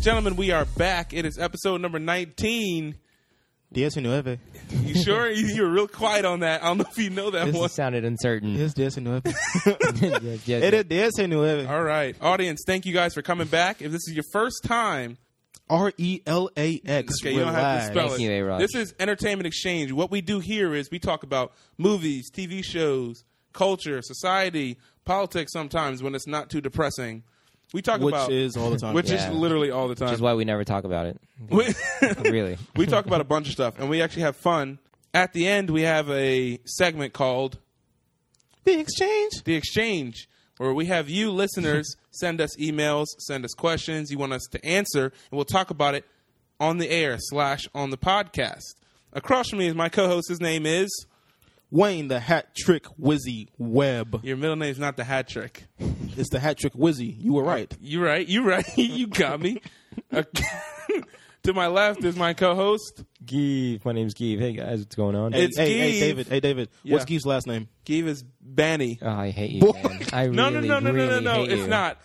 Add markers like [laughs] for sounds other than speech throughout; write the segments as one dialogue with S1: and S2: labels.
S1: gentlemen, we are back. It is episode number 19.
S2: 19.
S1: You
S2: [laughs]
S1: sure? you, you were real quiet on that. I don't know if you know that
S3: This
S1: one.
S3: sounded uncertain. [laughs]
S2: Es 19.
S3: yes, yes,
S2: [laughs] It is 19.
S1: All right. Audience, thank you guys for coming back. If this is your first time,
S2: R E L A X.
S1: Okay, you don't have to spell
S3: Thank
S1: it.
S3: you, A-Rod.
S1: This is Entertainment Exchange. What we do here is we talk about movies, TV shows, culture, society, politics. Sometimes when it's not too depressing, we talk
S2: Which
S1: about
S2: is all the
S1: [laughs]
S2: time.
S1: which
S3: Yeah.
S1: is literally all the
S3: Which
S1: time.
S3: is why we never talk about [laughs] it.
S1: we,
S3: Really.
S1: [laughs] we talk about a bunch of stuff, and we actually have fun. At the end, we have a segment called
S2: the exchange.
S1: the exchange where we have you [laughs] listeners send us emails send us questions you want us to answer and we'll talk about it on the air slash on the podcast across from me is my co-host his name is
S2: Wayne the hat trick Wizzy Webb.
S1: your middle name's not the hat trick
S2: It's the hat trick Wizzy. You were right.
S1: you right you right [laughs] you got me Uh, [laughs] to my left is my co-host
S3: Give. My name's Give. Hey guys, what's going on?
S2: Hey,
S1: It's
S2: hey, hey,
S1: Keith.
S2: David. Hey, David. What's
S1: Yeah.
S2: Keith's last name?
S1: Giva's banny
S3: oh, I hate you,
S2: Boy.
S3: man. I
S1: [laughs]
S3: really,
S1: no, no, no, no, no,
S3: really
S1: no, no!
S3: hate
S1: It's
S3: you.
S1: not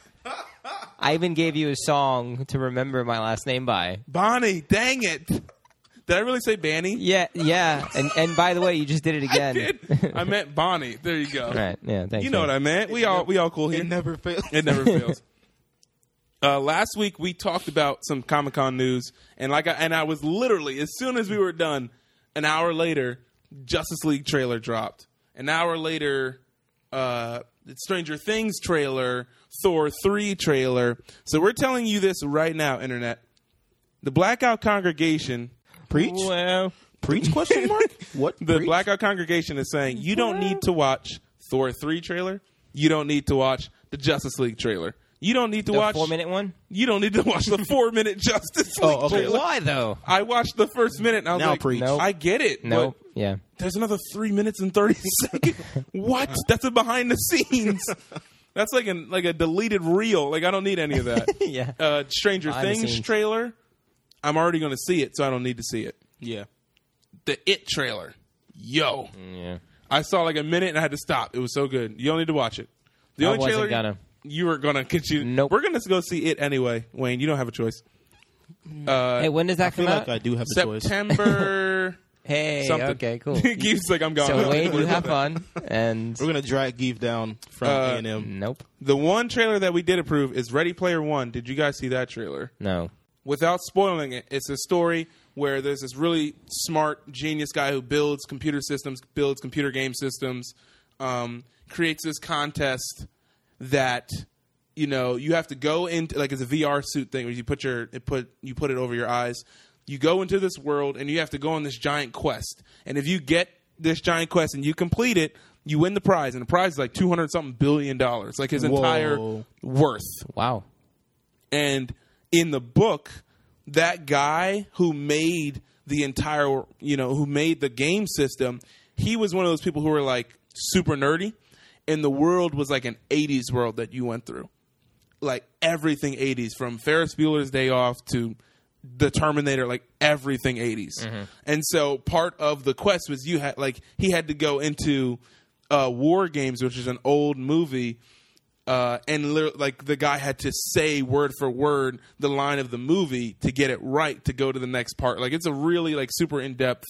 S3: I even gave you a song to remember my last name by.
S1: Bonnie. Dang it! Did I really say Banny?
S3: Yeah, yeah. And and by the way, you just did it
S1: I
S3: again.
S1: did. I meant Bonnie. There you [laughs] go.
S3: right. Yeah. Thanks.
S1: You know what I meant. We all we all cool here.
S2: never fails.
S1: It never fails. Uh, last week we talked about some Comic Con news, and like, I, and I was literally as soon as we were done, an hour later, Justice League trailer dropped. An hour later, uh, Stranger Things trailer, Thor three trailer. So we're telling you this right now, internet. The Blackout Congregation,
S2: Preach?
S3: Well,
S2: Preach?
S1: [laughs]
S2: Question mark? What?
S1: the
S2: Preach?
S1: Blackout Congregation is saying you don't need to watch Thor three trailer. You don't need to watch the Justice League trailer. You don't need to
S3: the
S1: watch
S3: four minute one.
S1: you don't need to watch
S3: [laughs]
S1: the four minute Justice League
S2: Oh, okay.
S3: But
S1: trailer.
S3: why though?
S1: I watched the first minute and I was
S2: Now
S1: like,
S2: preach.
S3: Nope.
S1: I get it.
S3: No.
S1: but
S3: Yeah.
S1: there's another three minutes and
S3: [laughs]
S1: thirty seconds. what? That's a behind the scenes. That's like an like a deleted reel. Like I don't need any of that.
S3: [laughs] Yeah.
S1: Uh, Stranger
S3: Behind the
S1: Things
S3: scenes.
S1: trailer. I'm already going to see it, so I don't need to see it.
S2: Yeah.
S1: The It trailer. Yo,
S3: Yeah.
S1: I saw like a minute and I had to stop. It was so good. You don't need to watch it. The
S3: I
S1: only
S3: wasn't
S1: trailer
S3: gonna.
S1: you were gonna continue.
S3: Nope.
S1: We're gonna go see it anyway, Wayne. You don't have a choice. Uh,
S3: Hey, when does that
S2: I feel
S3: come out?
S2: like I do have a choice.
S1: September.
S3: [laughs] hey.
S1: something.
S3: Okay. Cool.
S1: [laughs] Keith's like I'm gone.
S3: so Wade, you
S1: [laughs]
S3: have fun. And
S2: We're going to drag Geeve down from
S1: Uh,
S2: A&M.
S3: nope.
S1: The one trailer that we did approve is Ready Player One. Did you guys see that trailer?
S3: No.
S1: without spoiling it, it's a story where there's this really smart, genius guy who builds computer systems, builds computer game systems, um, creates this contest that you know you have to go into like it's a VR suit thing where you put your it put you put it over your eyes. You go into this world and you have to go on this giant quest. And if you get this giant quest and you complete it, you win the prize. And the prize is like two hundred something billion dollars, like his
S2: Whoa.
S1: entire worth.
S3: Wow.
S1: And in the book, that guy who made the entire, you know, who made the game system, he was one of those people who were like super nerdy. And the world was like an 80s world that you went through. Like everything 80s, from Ferris Bueller's Day Off to the Terminator, like everything 80s. And so part of the quest was you had, like, he had to go into uh, War Games, which is an old movie uh, and lit- like the guy had to say word for word the line of the movie to get it right to go to the next part. Like it's a really like super in depth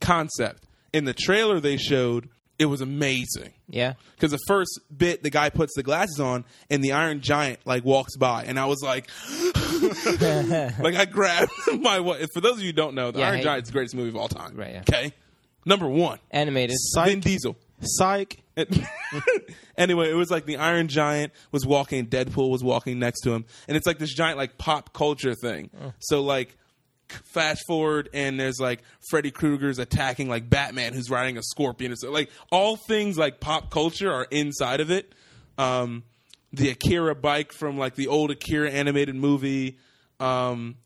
S1: concept. In the trailer they showed, it was amazing
S3: Yeah.
S1: because the first bit the guy puts the glasses on and the Iron Giant like walks by and I was like, [laughs] like I grabbed [laughs] my wa- for those of you who don't know the
S3: Yeah,
S1: Iron
S3: hey.
S1: Giant's the greatest movie of all time.
S3: Right, yeah.
S1: Okay, number one,
S3: Animated.
S1: Vin Diesel.
S2: Psych.
S1: And- [laughs] anyway, it was like the Iron Giant was walking, Deadpool was walking next to him, and it's like this giant like pop culture thing.
S3: Oh.
S1: So like c- fast forward and there's like Freddy Krueger's attacking like Batman who's riding a scorpion and so like all things like pop culture are inside of it. Um the Akira bike from like the old Akira animated movie um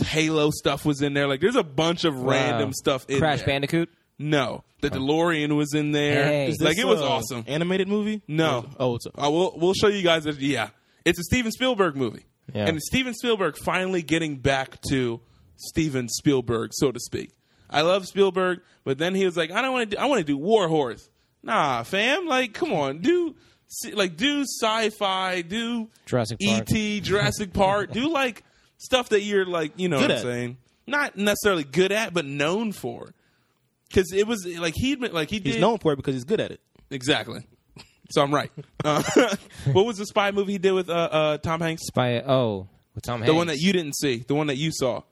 S1: Halo stuff was in there. Like there's a bunch of random
S3: Wow.
S1: stuff in
S3: Crash
S1: there.
S3: Bandicoot.
S1: No, the DeLorean was in there.
S3: Hey.
S2: Is
S1: like
S2: this,
S1: it was
S2: uh,
S1: awesome.
S2: Animated movie?
S1: No. Uh,
S2: Oh, it's a,
S1: I will we'll show you guys. That, yeah, it's a Steven Spielberg movie,
S3: Yeah.
S1: and it's Steven Spielberg finally getting back to Steven Spielberg, so to speak. I love Spielberg, but then he was like, I don't want to. Do, I want to do War Horse. Nah, fam. Like, come on, do see, like do sci-fi, do
S4: Jurassic Park.
S1: E.T., Jurassic Park, do like stuff that you're like, you know
S2: Good
S1: what I'm
S2: at.
S1: saying? Not necessarily good at, but known for. Because it was like he'd been like he
S2: He's
S1: did
S2: known for it because he's good at it.
S1: exactly. So I'm right. Uh, [laughs] what was the spy movie he did with uh, uh, Tom Hanks?
S3: By oh, with Tom Hanks.
S1: The one that you didn't see, the one that you saw,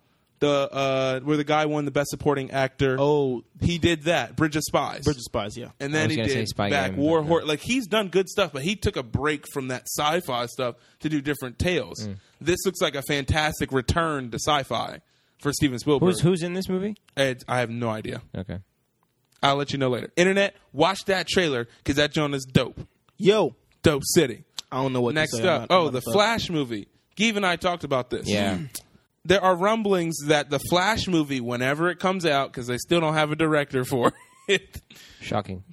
S1: the uh, where the guy won the best supporting actor.
S2: Oh,
S1: He did that, Bridge of Spies,
S2: Bridge of Spies, yeah.
S1: and
S3: I
S1: then
S3: was
S1: he
S3: gonna say
S1: did
S3: Spy
S1: back
S3: Game,
S1: War
S3: but-
S1: Hor- Like he's done good stuff, but he took a break from that sci-fi stuff to do different tales.
S3: Mm.
S1: This looks like a fantastic return to sci-fi for Steven Spielberg.
S3: who's who's in this movie?
S1: Ed- I have no idea.
S3: Okay.
S1: I'll let you know later. Internet, watch that trailer because that joint is dope.
S2: Yo,
S1: Dope city.
S2: I don't know what.
S1: Next
S2: to say. I'm
S1: up,
S2: not- I'm
S1: oh,
S2: not
S1: the
S2: fuck.
S1: Flash movie. Give and I talked about this.
S3: Yeah.
S1: [clears throat] there are rumblings that the Flash movie, whenever it comes out, because they still don't have a director for [laughs] it,
S3: Shocking.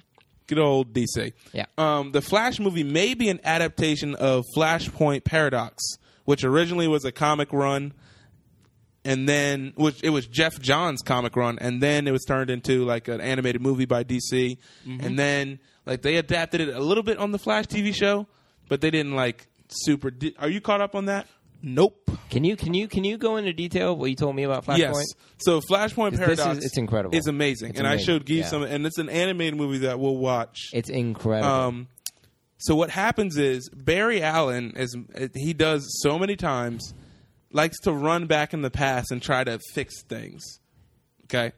S1: good old DC.
S3: Yeah.
S1: Um, the Flash movie may be an adaptation of Flashpoint Paradox, which originally was a comic run, and then which it was Jeff Johns' comic run, and then it was turned into like an animated movie by DC,
S3: Mm-hmm.
S1: and then like they adapted it a little bit on the Flash TV show, but they didn't like super. Di- are you caught up on that?
S2: Nope.
S3: Can you can you can you go into detail what you told me about Flashpoint?
S1: Yes. So Flashpoint
S3: This is-
S1: Paradox
S3: it's incredible.
S1: It's amazing.
S3: It's
S1: and
S3: amazing,
S1: I showed Gee
S3: yeah.
S1: some and it's an animated movie that we'll watch.
S3: It's incredible.
S1: Um so what happens is Barry Allen is he does so many times likes to run back in the past and try to fix things. Okay?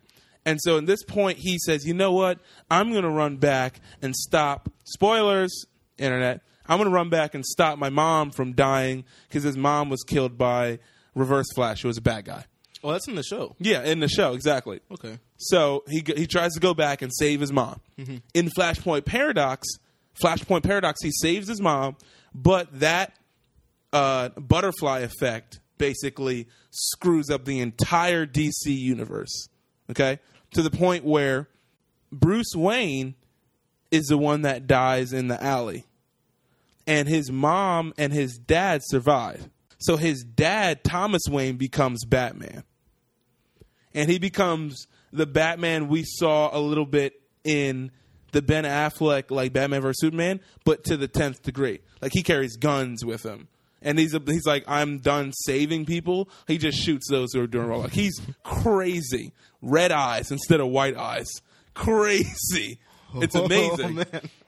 S1: And so at this point he says, "You know what? I'm going to run back and stop spoilers internet. I'm going to run back and stop my mom from dying cuz his mom was killed by Reverse Flash, who was a bad guy."
S2: Oh, that's in the show.
S1: Yeah, in the show, exactly.
S2: Okay.
S1: So he g- he tries to go back and save his mom. In Flashpoint Paradox, Flashpoint Paradox, he saves his mom, but that uh, butterfly effect basically screws up the entire DC universe. Okay, to the point where Bruce Wayne is the one that dies in the alley, and his mom and his dad survive. So his dad, Thomas Wayne, becomes Batman and he becomes the Batman we saw a little bit in the Ben Affleck like Batman vs Superman, but to the tenth degree. Like he carries guns with him, and he's a, he's like I'm done saving people. He just shoots those who are doing wrong. Like he's crazy, red eyes instead of white eyes, crazy. It's amazing.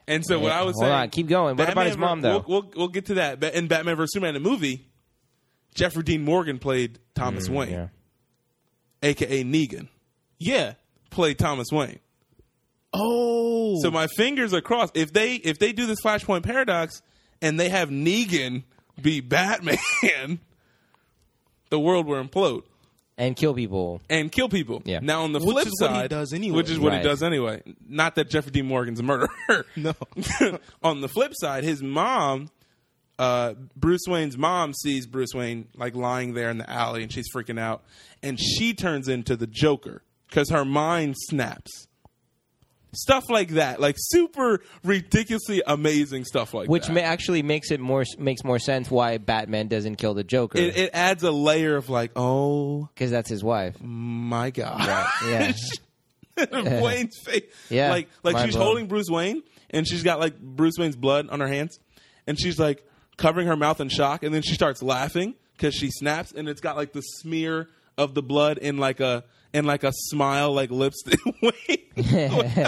S1: And so what I was
S3: Hold
S1: saying,
S3: on, keep going. What about his
S1: ver-
S3: mom, though?
S1: We'll, we'll, we'll get to that. But in Batman vs Superman, the movie, Jeffrey Dean Morgan played Thomas Wayne,
S3: Mm, yeah.
S1: aka Negan
S2: Yeah.
S1: play Thomas Wayne.
S2: Oh.
S1: So my fingers are crossed. If they if they do this Flashpoint paradox and they have Negan be Batman, [laughs] the world will implode
S3: and kill people.
S1: and kill people.
S3: Yeah.
S1: Now on the
S2: Which
S1: flip
S2: is what
S1: side,
S2: he does anyway.
S1: which is what
S3: Right.
S1: he does anyway. Not that Jeffrey Dean Morgan's a murderer.
S2: [laughs] no.
S1: [laughs] on the flip side, his mom, uh, Bruce Wayne's mom, sees Bruce Wayne like lying there in the alley, and she's freaking out, and she turns into the Joker because her mind snaps. Stuff like that, like super ridiculously amazing stuff like
S3: Which
S1: that.
S3: ma- actually makes it more makes more sense why Batman doesn't kill the Joker
S1: it, it adds a layer of like, oh
S3: because that's his wife.
S1: my god, [laughs]
S3: Yeah,
S1: Wayne's face.
S3: Yeah,
S1: Like like
S3: mind
S1: she's
S3: blown.
S1: holding Bruce Wayne and she's got like Bruce Wayne's blood on her hands and she's like covering her mouth in shock and then she starts laughing cuz she snaps and it's got like the smear of the blood in like a in like a smile like lipstick. [laughs] Wayne.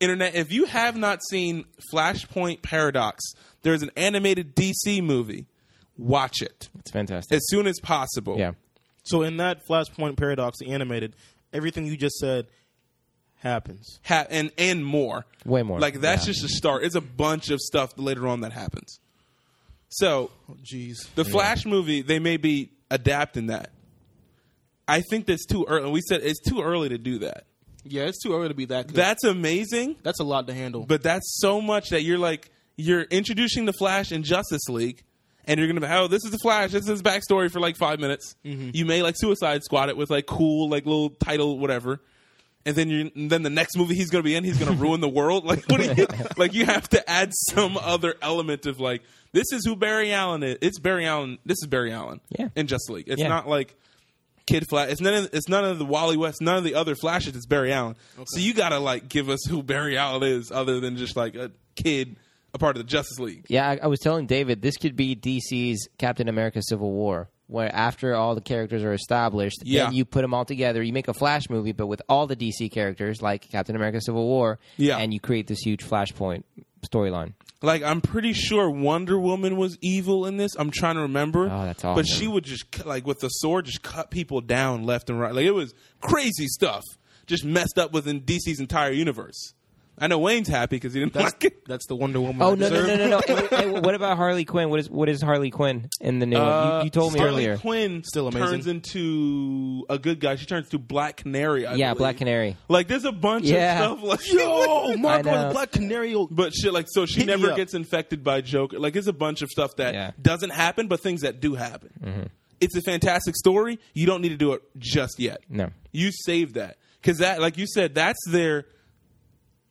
S1: Internet, if you have not seen Flashpoint Paradox, there's an animated DC movie. Watch it
S3: it's fantastic.
S1: as soon as possible.
S3: yeah,
S2: so in that Flashpoint paradox, the animated, everything you just said happens.
S1: ha- and and more.
S3: Way more,
S1: Like that's
S3: yeah.
S1: just the start. It's a bunch of stuff later on that happens. So
S2: Oh, jeez.
S1: the Flash movie, they may be adapting that. I think that's too early. We said it's too early to do that.
S2: Yeah, it's too early to be that. Good.
S1: That's amazing,
S2: that's a lot to handle.
S1: but that's so much that you're like you're introducing the Flash in Justice League, and you're gonna be oh this is the Flash, this is his backstory for like five minutes. You may like Suicide Squad it with like cool like little title whatever, and then you and then the next movie he's gonna be in he's gonna ruin the world. [laughs] Like what do you like? You have to add some other element of like this is who Barry Allen is. It's Barry Allen. This is Barry Allen.
S3: Yeah.
S1: in Justice League, it's
S3: Yeah.
S1: not like. Kid Flash. It's none. Of, it's none of the Wally West. None of the other Flashes. It's Barry Allen. So you gotta like give us who Barry Allen is, other than just like a kid a part of the Justice League.
S3: Yeah, I, I was telling David this could be DC's Captain America: Civil War, where after all the characters are established,
S1: Yeah.
S3: then you put them all together. You make a Flash movie, but with all the DC characters, like Captain America: Civil War,
S1: Yeah.
S3: and you create this huge Flashpoint storyline.
S1: Like I'm pretty sure Wonder Woman was evil in this. I'm trying to remember.
S3: Oh, that's awesome.
S1: But she would just cut- like with the sword just cut people down left and right. Like it was crazy stuff. Just messed up within DC's entire universe. I know Wayne's happy because he didn't
S2: That's
S1: like it.
S2: that's the Wonder Woman.
S3: Oh
S2: I
S3: no no
S2: deserve.
S3: no no
S1: [laughs]
S3: no! Hey, hey, what about Harley Quinn? What is what is Harley Quinn in the new? one? You, you told me
S1: Harley
S3: earlier.
S1: Uh, Quinn
S2: Still amazing.
S1: turns into a good guy. She turns to Black Canary. I
S3: yeah,
S1: believe.
S3: Black Canary.
S1: Like there's a bunch
S3: Yeah.
S1: of stuff like [laughs]
S2: Yo, Marco
S3: I know.
S2: the Oh, Black Canary. oh,
S1: But shit, like so, she
S2: Hit me
S1: never
S2: up.
S1: gets infected by Joker. Like it's a bunch of stuff that
S3: Yeah. Mm-hmm.
S1: doesn't happen, but things that do happen. It's a fantastic story. You don't need to do it just yet.
S3: No.
S1: you save that because that, like you said, that's their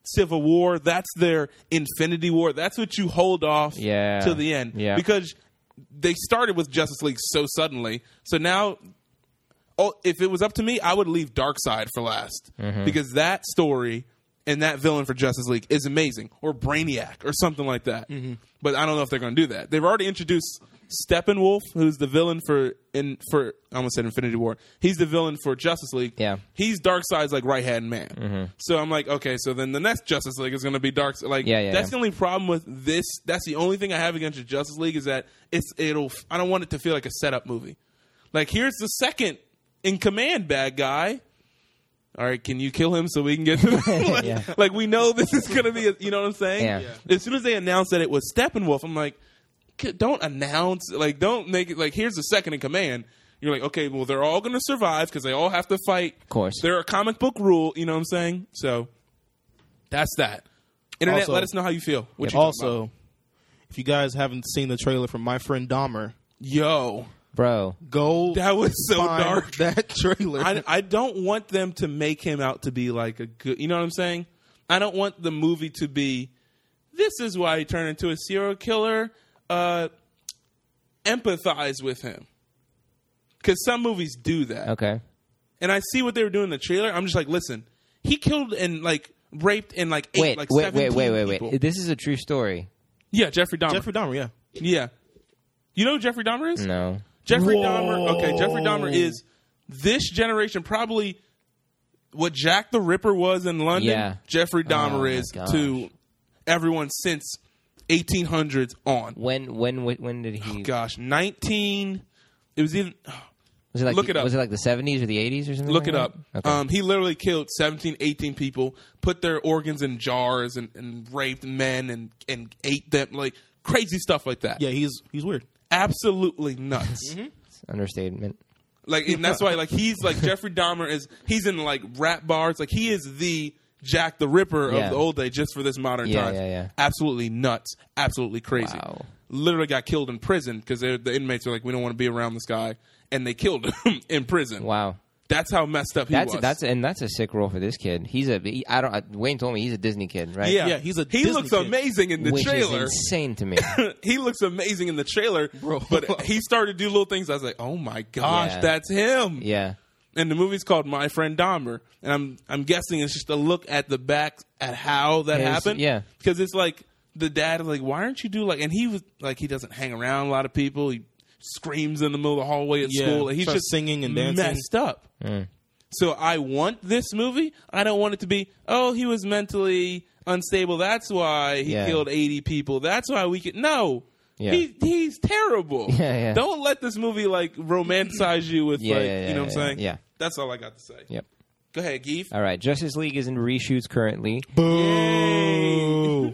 S1: Civil War. That's their Infinity War. That's what you hold off
S3: Yeah.
S1: till the end.
S3: Yeah.
S1: because they started with Justice League so suddenly. So now oh, if it was up to me, I would leave Darkseid for last because that story and that villain for Justice League is amazing, or Brainiac, or something like that. But I don't know if they're going to do that. They've already introduced Steppenwolf, who's the villain for in for I almost said Infinity War. He's the villain for Justice League.
S3: Yeah.
S1: he's Darkseid's like right hand man. So I'm like, okay, so then the next Justice League is going to be Dark. Like,
S3: Yeah, yeah,
S1: that's
S3: yeah.
S1: the only problem with this. That's the only thing I have against the Justice League is that it's it'll. I don't want it to feel like a setup movie. Like here's the second in command bad guy. All right, can you kill him so we can get to the like,
S3: [laughs] Yeah.
S1: like, we know this is going to be, a, you know what I'm saying?
S3: Yeah. Yeah.
S1: As soon as they announced that it was Steppenwolf, I'm like, "K- don't announce, like, don't make it like here's the second in command. You're like, okay, well they're all going to survive because they all have to fight. Of
S3: course.
S1: they're a comic book rule. You know what I'm saying? So that's that. Internet,
S2: Also-
S1: let us know how you feel. What you thought about it.
S2: Also, if you guys haven't seen the trailer from my friend Dahmer,
S1: yo,
S3: Bro,
S2: go
S1: that was so
S2: find
S1: dark.
S2: [laughs] that trailer.
S1: I, I don't want them to make him out to be like a good. You know what I'm saying? I don't want the movie to be. This is why he turned into a serial killer. Uh, empathize with him, because some movies do that.
S3: okay.
S1: And I see what they were doing in the trailer. I'm just like, listen, he killed and like raped and like ate
S3: Wait,
S1: like
S3: wait, wait,
S1: 17
S3: wait, wait,
S1: people.
S3: wait. This is a true story.
S1: Yeah, Jeffrey Dahmer.
S2: Jeffrey Dahmer, yeah.
S1: yeah, you know who Jeffrey Dahmer is?
S3: No.
S1: Jeffrey
S2: Whoa.
S1: Dahmer. Okay, Jeffrey Dahmer is this generation probably what Jack the Ripper was in London.
S3: Yeah.
S1: Jeffrey Dahmer
S3: Oh, my
S1: is
S3: gosh.
S1: to everyone since 1800s on.
S3: When when when did he?
S1: Gosh, 19. It was even.
S3: was it like
S1: look
S3: the,
S1: it up.
S3: Was it like the seventies or the eighties or something?
S1: Look
S3: like
S1: it
S3: that?
S1: up.
S3: Okay.
S1: Um, he literally killed 17, 18 people, put their organs in jars, and, and raped men and and ate them like crazy stuff like that.
S2: Yeah, Mm-hmm. he's he's weird.
S1: absolutely nuts.
S3: It's an understatement.
S1: Like, and that's why, like, he's
S3: [laughs]
S1: like Jeffrey Dahmer is. He's in like rap bars. Like, he is the Jack the Ripper of
S3: Yeah.
S1: the old day, just for this modern
S3: Yeah,
S1: time.
S3: yeah, yeah.
S1: Absolutely nuts. Absolutely crazy.
S3: Wow.
S1: Literally got killed in prison because the inmates are like, we don't want to be around this guy, and they killed him [laughs] in prison.
S3: Wow.
S1: That's how messed up he
S3: That's
S1: was.
S3: that's and that's a sick role for this kid. He's a he, I don't I, Wayne told me he's a Disney kid, right?
S1: yeah.
S2: Yeah, he's a
S1: he
S2: Disney
S1: looks
S2: kid.
S1: amazing in the
S3: Which
S1: trailer.
S3: is insane to me.
S1: [laughs] he looks amazing in the trailer,
S2: Bro.
S1: but he started to do little things. I was like, oh my gosh,
S3: Yeah.
S1: that's him.
S3: yeah.
S1: and the movie's called My Friend Dahmer, and I'm I'm guessing it's just a look at the back at how that
S3: Yes,
S1: happened.
S3: yeah.
S1: because it's like the dad is like, why aren't you do like? And he was like, he doesn't hang around a lot of people. He screams in the middle of the hallway at
S2: Yeah,
S1: school. Like, he's
S2: starts
S1: just
S2: singing and dancing.
S1: messed up.
S3: Mm.
S1: So I want this movie. I don't want it to be, oh, he was mentally unstable. That's why he
S3: Yeah.
S1: killed eighty people. That's why we could no.
S3: Yeah.
S1: He, he's terrible.
S3: [laughs] Yeah, yeah.
S1: Don't let this movie like romanticize you with
S3: Yeah,
S1: like,
S3: yeah,
S1: you know what I'm
S3: yeah,
S1: saying?
S3: yeah.
S1: That's all I got to say.
S3: Yep.
S1: Go ahead, Geef.
S3: All right. Justice League is in reshoots currently.
S2: Boo.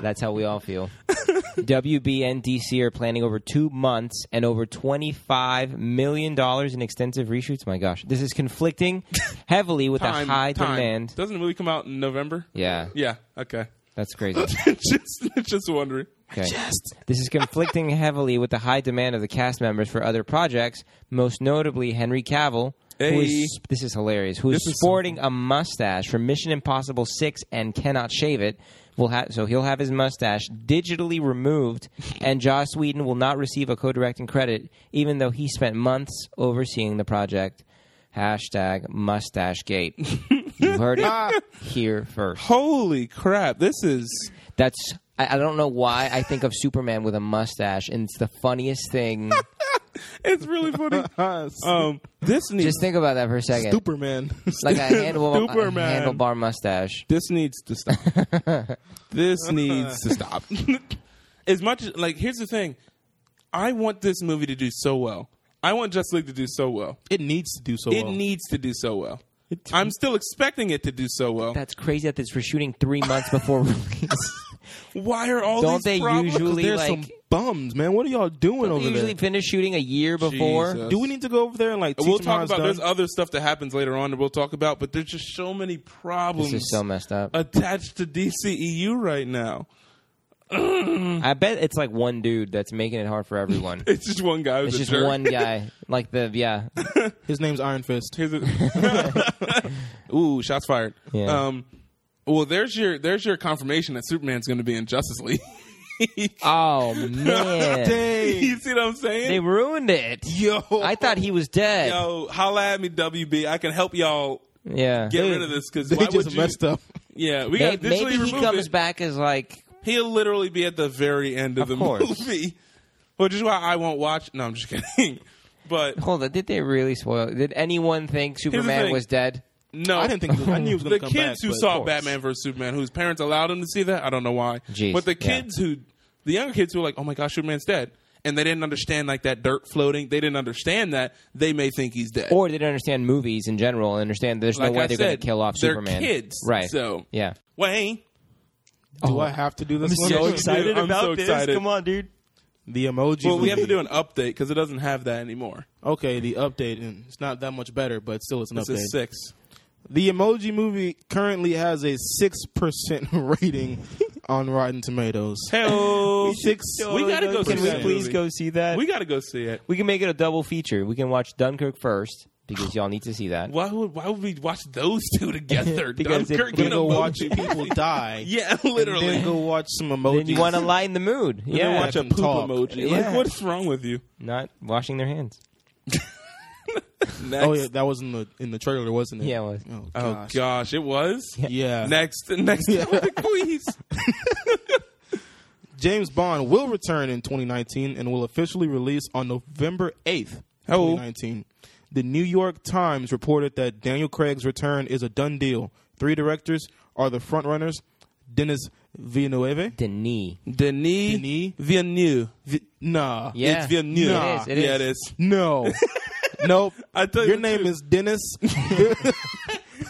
S3: That's how we
S1: [laughs]
S3: all feel. WB and DC are planning over two months and over $25 million in extensive reshoots. My gosh. This
S1: [laughs]
S3: is conflicting heavily with
S1: Time,
S3: the high
S1: time.
S3: demand.
S1: Doesn't the movie come out in November?
S3: Yeah,
S1: Yeah. Okay. [laughs]
S3: that's crazy.
S1: just, just wondering.
S3: Okay. This is
S1: [laughs]
S3: conflicting heavily with the high demand of the cast members for other projects, most notably Henry Cavill. Who
S1: Hey.
S3: is, this is hilarious. Who is
S1: This is
S3: sporting a mustache for Mission Impossible Six and cannot shave it? Will ha- so he'll have his mustache digitally removed, and Joss Whedon will not receive a co-directing credit, even though he spent months overseeing the project. Hashtag
S1: [laughs]
S3: Mustache Gate. you heard it here first.
S1: Holy crap! This is
S3: That's I, I don't know why I think of Superman with a mustache, and it's the
S1: [laughs]
S3: funniest thing.
S1: It's really
S3: [laughs]
S1: funny.
S2: Us.
S1: um, this needs
S3: Just think about that for a second.
S2: Superman.
S1: [laughs]
S3: Like a, handle, a
S1: Superman.
S3: handlebar mustache.
S1: this needs to
S3: [laughs]
S1: stop. this needs to stop. [laughs] as much as like, here's the thing. I want this movie to do so well. I want Justice League to do so well.
S2: it needs to do so.
S1: It
S2: well.
S1: needs to do so well. I'm still expecting it to do so well.
S3: That's crazy that this we're shooting three months [laughs] before release.
S1: Why are all
S3: Don't
S1: these
S3: they
S1: problems?
S3: usually
S2: There's
S3: like?
S2: some bums, man. What are y'all doing
S3: They
S2: over
S3: usually
S2: there?
S3: finish shooting a year before.
S1: Jesus.
S2: Do we need to go over there and like? Teach
S1: we'll
S2: them
S1: talk
S2: how it's
S1: about.
S2: done?
S1: There's other stuff that happens later on that we'll talk about, but there's just so many problems
S3: This is so messed up.
S1: attached to DCEU right now.
S3: I bet it's like one dude that's making it hard
S1: [laughs]
S3: for everyone.
S1: It's just one guy. Who's
S3: It's
S1: a
S3: just
S1: jerk. [laughs]
S3: one guy, like the yeah.
S2: His name's Iron Fist.
S1: Here's
S3: [laughs]
S1: a- Ooh, shots fired.
S3: Yeah.
S1: Um, well, there's your there's your confirmation that Superman's going to be in Justice League.
S3: [laughs]
S1: [laughs]
S3: Oh man,
S1: you see what I'm saying?
S3: they ruined it.
S1: yo,
S3: I thought he was dead.
S1: yo, holla at me, WB. I can help y'all
S3: yeah,
S1: get rid of this because
S2: [laughs] They
S1: why would
S2: just
S1: you?
S2: messed up.
S1: Yeah, we
S3: May-
S1: got digitally
S3: maybe he
S1: remove
S3: comes
S1: it.
S3: back as like
S1: He'll literally be at the very end of,
S3: Of
S1: the [laughs]
S3: course.
S1: movie, which is why I won't watch. No, I'm just kidding. [laughs] But
S3: Hold on, did they really spoil? Did anyone think Superman
S1: thing.
S3: was dead?
S1: no,
S2: I didn't think. I knew he was going
S1: the
S2: to come
S1: kids
S2: back.
S1: who
S2: but-
S1: saw Batman vs Superman, whose parents allowed them to see that, I don't know why.
S3: Jeez,
S1: but the
S3: yeah.
S1: kids who, the younger kids who were like, "Oh my gosh, Superman's dead," and they didn't understand like that dirt floating. They didn't understand that they may think he's dead.
S3: Or they didn't understand movies in general and understand there's
S1: Like
S3: no way
S1: I
S3: they're going
S1: said,
S3: to kill off
S1: they're
S3: Superman.
S1: kids,
S3: right?
S1: so-
S3: yeah,
S1: Wayne,
S2: Do I have to do this? one?
S1: so excited [laughs] I'm about so this. excited. Come
S3: on, dude.
S2: The emoji.
S1: well, we have
S2: movie.
S1: to do an update because it doesn't have that anymore.
S2: Okay, the update, and it's not that much better, but still, it's an
S1: This
S2: update.
S1: is six.
S2: The Emoji Movie currently has a six percent [laughs] rating on Rotten Tomatoes.
S1: Hell,
S2: Six.
S1: we gotta go.
S2: Can
S1: see
S2: we
S1: that
S2: please
S1: movie.
S3: see that?
S1: We
S3: We,
S1: gotta go see it.
S3: can make it a double feature. We can watch Dunkirk first because y'all need to
S1: [laughs]
S3: see that.
S1: Why would why would we watch those
S2: [laughs]
S1: two together?
S3: Because if
S1: Dunkirk
S3: we
S1: and
S2: go
S1: Emoji.
S2: watch people die.
S1: [laughs] Yeah,
S2: And then
S1: literally.
S2: go watch some emojis.
S3: Then you want to lighten the mood.
S1: Then
S3: Yeah,
S1: watch a
S2: Back and
S1: poop
S2: talk.
S1: emoji.
S3: Yeah.
S1: Like, what's wrong with you?
S3: not washing their hands.
S1: Next.
S2: Oh yeah, that was in the in the trailer, wasn't it?
S3: Yeah, it was.
S2: Oh
S1: Oh
S2: gosh.
S1: gosh, it was.
S2: [laughs] Yeah.
S1: Next, [laughs] next topic, please.
S2: James Bond will return in 2019 and will officially release on November 8th,
S1: Oh.
S2: 2019. The New York Times reported that Daniel Craig's return is a done deal. Three directors are the frontrunners: Dennis Villeneuve.
S3: Denis.
S1: Denis,
S2: Denis?
S1: Villeneuve.
S2: Vi- nah.
S3: Yeah.
S1: It's Villeneuve.
S3: It is, it
S1: yeah, it
S3: is.
S1: is.
S2: No. nope.
S1: I tell you
S2: Your
S1: the
S2: name
S1: truth.
S2: is Dennis.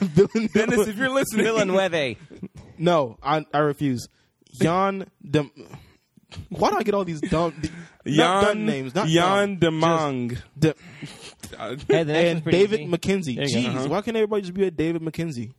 S2: Villeneuve.
S1: Dennis, if you're listening,
S3: Villeneuve.
S1: [laughs]
S2: No, I I refuse. Jan Dem. Why do I get all these dumb, [laughs] not dumb
S1: Jan,
S2: names? Not
S1: Jan
S2: dumb,
S1: Demong.
S2: just De-
S3: Hey, the next one's
S2: and
S3: pretty
S2: David
S3: easy.
S2: McKenzie.
S3: There you
S2: Jeez,
S3: go. Uh-huh.
S2: why can't everybody just be a David McKenzie?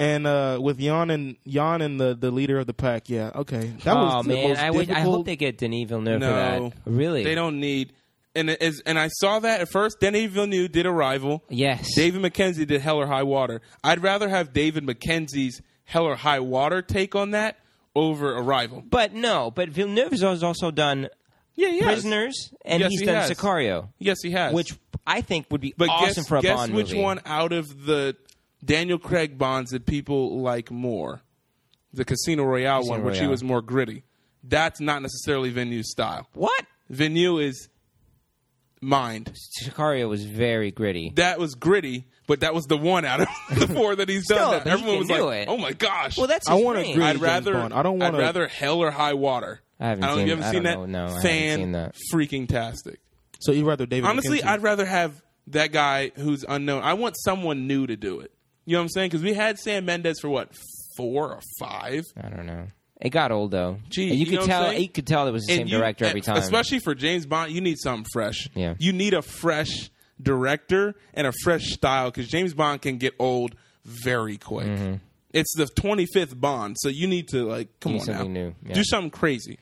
S2: And uh, with Jan and Jan and the, the leader of the pack, yeah, okay. That
S3: Oh
S2: was the
S3: man,
S2: most
S3: I, would, I
S2: difficult-
S3: hope they get Denis
S1: [laughs]
S3: Villeneuve
S1: No.
S3: for that. Really?
S1: They don't need. And it is, and I saw that at first. Denis Villeneuve did Arrival.
S3: Yes.
S1: David McKenzie did Hell or High Water. I'd rather have David McKenzie's Hell or High Water take on that over Arrival.
S3: But no, but Villeneuve has also done
S1: Yeah, yeah.
S3: Prisoners and
S1: Yes,
S3: he's
S1: he
S3: done
S1: has.
S3: Sicario,
S1: Yes, he has.
S3: which I think would be
S1: But
S3: awesome
S1: guess,
S3: for a
S1: guess
S3: Bond
S1: which
S3: movie.
S1: one out of the Daniel Craig Bonds that people like more? The Casino Royale one, which he
S3: Royale.
S1: was more gritty. That's not necessarily Venue's style.
S3: What?
S1: Venue is mind.
S3: Sicario was very gritty.
S1: That was gritty, but that was the one out of [laughs] the four that he's done.
S3: Still,
S1: that
S3: but he
S1: everyone
S3: can
S1: was
S3: do
S1: like,
S3: it.
S1: "Oh my gosh!"
S3: Well, that's
S2: I
S3: his
S2: wanna
S3: thing.
S2: agree.
S1: I'd
S2: James
S1: rather
S2: Bond. I don't
S1: I'd
S2: wanna-
S1: rather hell or high water.
S3: I haven't
S1: I don't,
S3: seen-
S1: you haven't
S3: I
S1: seen that.
S3: don't know. No, I haven't seen that.
S1: freaking tastic.
S2: So you'd rather David
S1: Honestly,
S2: McKenzie.
S1: I'd rather have that guy who's unknown. I want someone new to do it. You know what I'm saying? Because we had Sam Mendes for what four or five,
S3: I don't know. It got old though.
S1: Gee,
S3: And you,
S1: you know
S3: could
S1: what I'm
S3: tell.
S1: saying?
S3: You could tell it was the same
S1: And you-
S3: director every
S1: and
S3: time.
S1: Especially for James Bond, you need something fresh.
S3: Yeah.
S1: you need a fresh director and a fresh style because James Bond can get old very quick.
S3: Mm-hmm.
S1: It's the 25th Bond, so you need to like come
S3: Do
S1: on
S3: something
S1: now,
S3: new, yeah.
S1: do something crazy.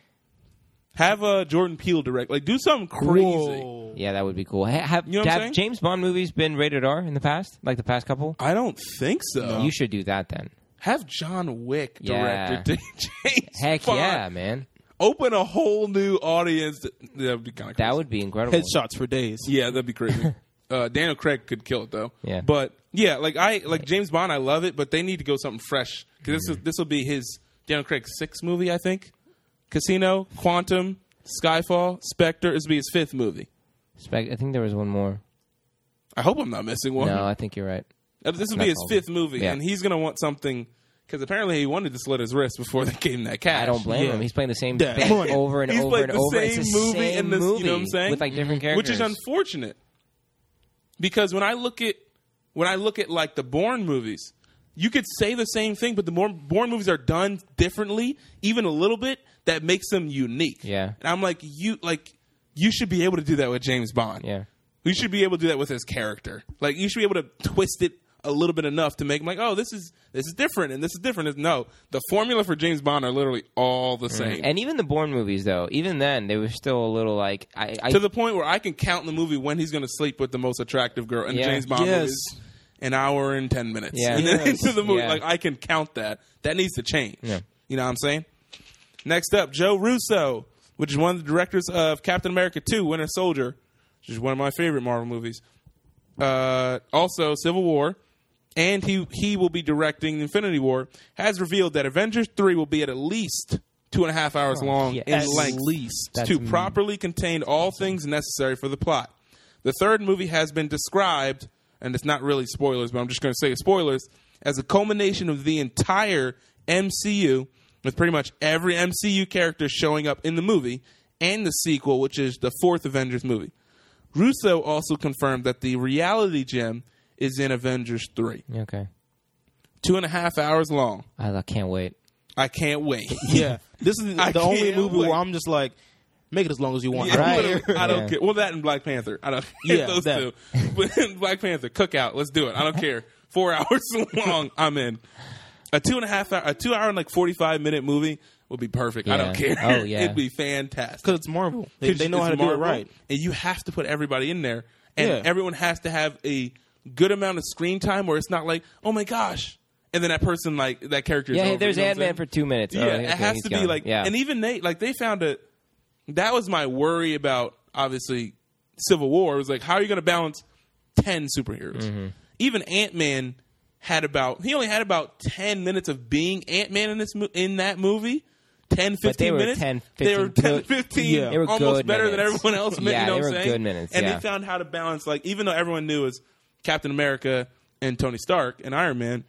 S1: Have a Jordan Peele direct, like do something crazy.
S2: Whoa.
S3: yeah, that would be cool. Ha- Have,
S1: You know what I'm
S3: have
S1: saying?
S3: James Bond movies been rated R in the past, like the past couple?
S1: I don't think so.
S3: You should do that then.
S1: Have John Wick
S3: Yeah.
S1: directed [laughs] James
S3: Heck
S1: Bond.
S3: yeah, man!
S1: Open a whole new audience. That would be kind of
S3: That would be incredible.
S2: Headshots
S1: [laughs]
S2: for days.
S1: Yeah, that'd be
S3: [laughs]
S1: crazy. uh, Daniel Craig could kill it though.
S3: Yeah. Mm-hmm.
S1: but yeah, like I like James Bond, I love it, but they need to go something fresh because this is this will be his Daniel Craig's sixth movie, I think. Casino, Quantum, Skyfall, Spectre. This will be his fifth movie.
S3: Spec- I think there was one more.
S1: I hope I'm not missing one.
S3: No, I think you're right.
S1: Uh, This will
S3: Not
S1: be his
S3: all of
S1: fifth
S3: them.
S1: movie,
S3: Yeah.
S1: and he's gonna want something because apparently he wanted to slit his wrist before they gave him that cash.
S3: I don't blame
S2: Yeah.
S3: him. He's playing the same
S2: Yeah,
S3: thing
S2: come on.
S3: over and
S1: He's
S3: over
S1: played
S3: and
S1: the
S3: over.
S1: same
S3: it's the
S1: movie
S3: same
S1: and this,
S3: movie
S1: you know what I'm saying? Mm-hmm.
S3: with like different
S1: which
S3: characters.
S1: is unfortunate because when I look at when I look at like the Bourne movies, you could say the same thing, but the more Bourne movies are done differently, even a little bit, that makes them unique.
S3: Yeah.
S1: and I'm like you like you should be able to do that with James Bond.
S3: Yeah.
S1: you should be able to do that with his character. Like you should be able to twist it a little bit enough to make him like, oh, this is this is different and this is different. It's- No, the formula for James Bond are literally all the same.
S3: And even the Bourne movies, though, even then they were still a little like I, I
S1: to the point where I can count in the movie when he's going to sleep with the most attractive girl. And
S3: Yeah.
S1: James Bond
S2: Yes.
S1: is an hour and ten minutes
S3: Yeah.
S1: And then
S2: Yes.
S1: [laughs] into the movie.
S3: Yeah.
S1: Like I can count that. That needs to change.
S3: Yeah.
S1: You know what I'm saying? Next up, Joe Russo, which is one of the directors of Captain America 2: Winter Soldier, which is one of my favorite Marvel movies. Uh, also, Civil War. And he, he will be directing Infinity War. Has revealed that Avengers three will be at at least two and a half hours long
S3: yes.
S1: in length
S2: least.
S1: to properly contain all things necessary for the plot. The third movie has been described, and it's not really spoilers, but I'm just going to say spoilers, as a culmination of the entire MCU, with pretty much every MCU character showing up in the movie, and the sequel, which is the fourth Avengers movie. Russo also confirmed that the reality gem is in Avengers 3,
S3: okay.
S1: two and a half hours long.
S3: I, I can't wait.
S1: I can't
S3: [laughs]
S1: wait. [laughs]
S2: Yeah, this is
S1: I
S2: the only
S1: can't
S2: movie
S1: wait.
S2: where I'm just like, make it as long as you want.
S1: Yeah,
S3: Right.
S2: [laughs]
S1: literally, I don't
S3: Yeah.
S1: care. Well, that and Black Panther. I don't [laughs] care
S2: Yeah,
S1: those
S2: that.
S1: two. But [laughs] Black Panther cookout. Let's do it. I
S3: [laughs]
S1: don't care. Four [laughs] hours long. I'm in. A two and a half hour, a two hour and like forty five minute movie would be perfect. I don't
S3: Yeah.
S1: care.
S3: Oh, yeah.
S1: [laughs] It'd be fantastic.
S2: because it's Marvel. They, they know
S1: it's
S2: how to do
S1: Marvel,
S2: it right.
S1: and you have to put everybody in there, and
S2: Yeah.
S1: everyone has to have a good amount of screen time where it's not like, oh my gosh, and then that person like that character.
S3: Yeah,
S1: is
S3: hey,
S1: over,
S3: there's
S1: you know what I'm
S3: Ant Man
S1: saying?
S3: for two minutes. Oh,
S1: Yeah,
S3: okay,
S1: it has
S3: he's
S1: to be
S3: gone.
S1: like,
S3: yeah.
S1: and even they like they found a. That was my worry about obviously Civil War. It was like, how are you going to balance ten superheroes?
S3: Mm-hmm.
S1: Even Ant Man had about he only had about ten minutes of being Ant Man in this mo- in that movie. 10, 15
S3: they were
S1: minutes.
S3: 10,
S1: they were
S3: 15
S1: 10,
S3: good-
S1: 15,
S2: Yeah. They
S3: were
S1: almost
S3: good
S1: better than
S3: minutes.
S1: everyone
S3: [laughs]
S1: else.
S3: Yeah,
S1: you know
S3: they
S1: what I'm
S3: were
S1: saying?
S3: good minutes,
S1: And
S3: yeah.
S1: they found how to balance, like, even though everyone knew it was Captain America and Tony Stark and Iron Man,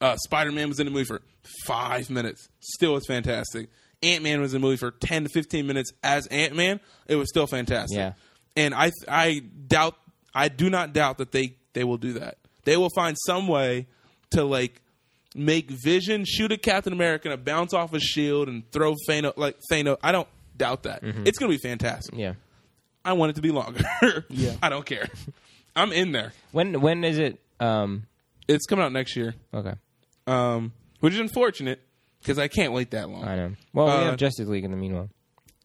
S1: uh, Spider Man was in the movie for five minutes. Still was fantastic. Ant Man was in the movie for 10 to 15 minutes as Ant Man. It was still fantastic.
S3: Yeah.
S1: And I, I doubt, I do not doubt that they, they will do that. They will find some way to, like, make Vision shoot at Captain America and bounce off a shield and throw Thanos. Like, Thanos. I don't doubt that. It's going to be fantastic.
S3: Mm-hmm. yeah.
S1: I want it to be longer. [laughs]
S2: Yeah.
S1: I don't care. I'm in there.
S3: When when is it? Um.
S1: It's coming out next year,
S3: Okay.
S1: um, which is unfortunate because I can't wait that long.
S3: I know. Well, we
S1: Uh,
S3: have Justice League in the meanwhile.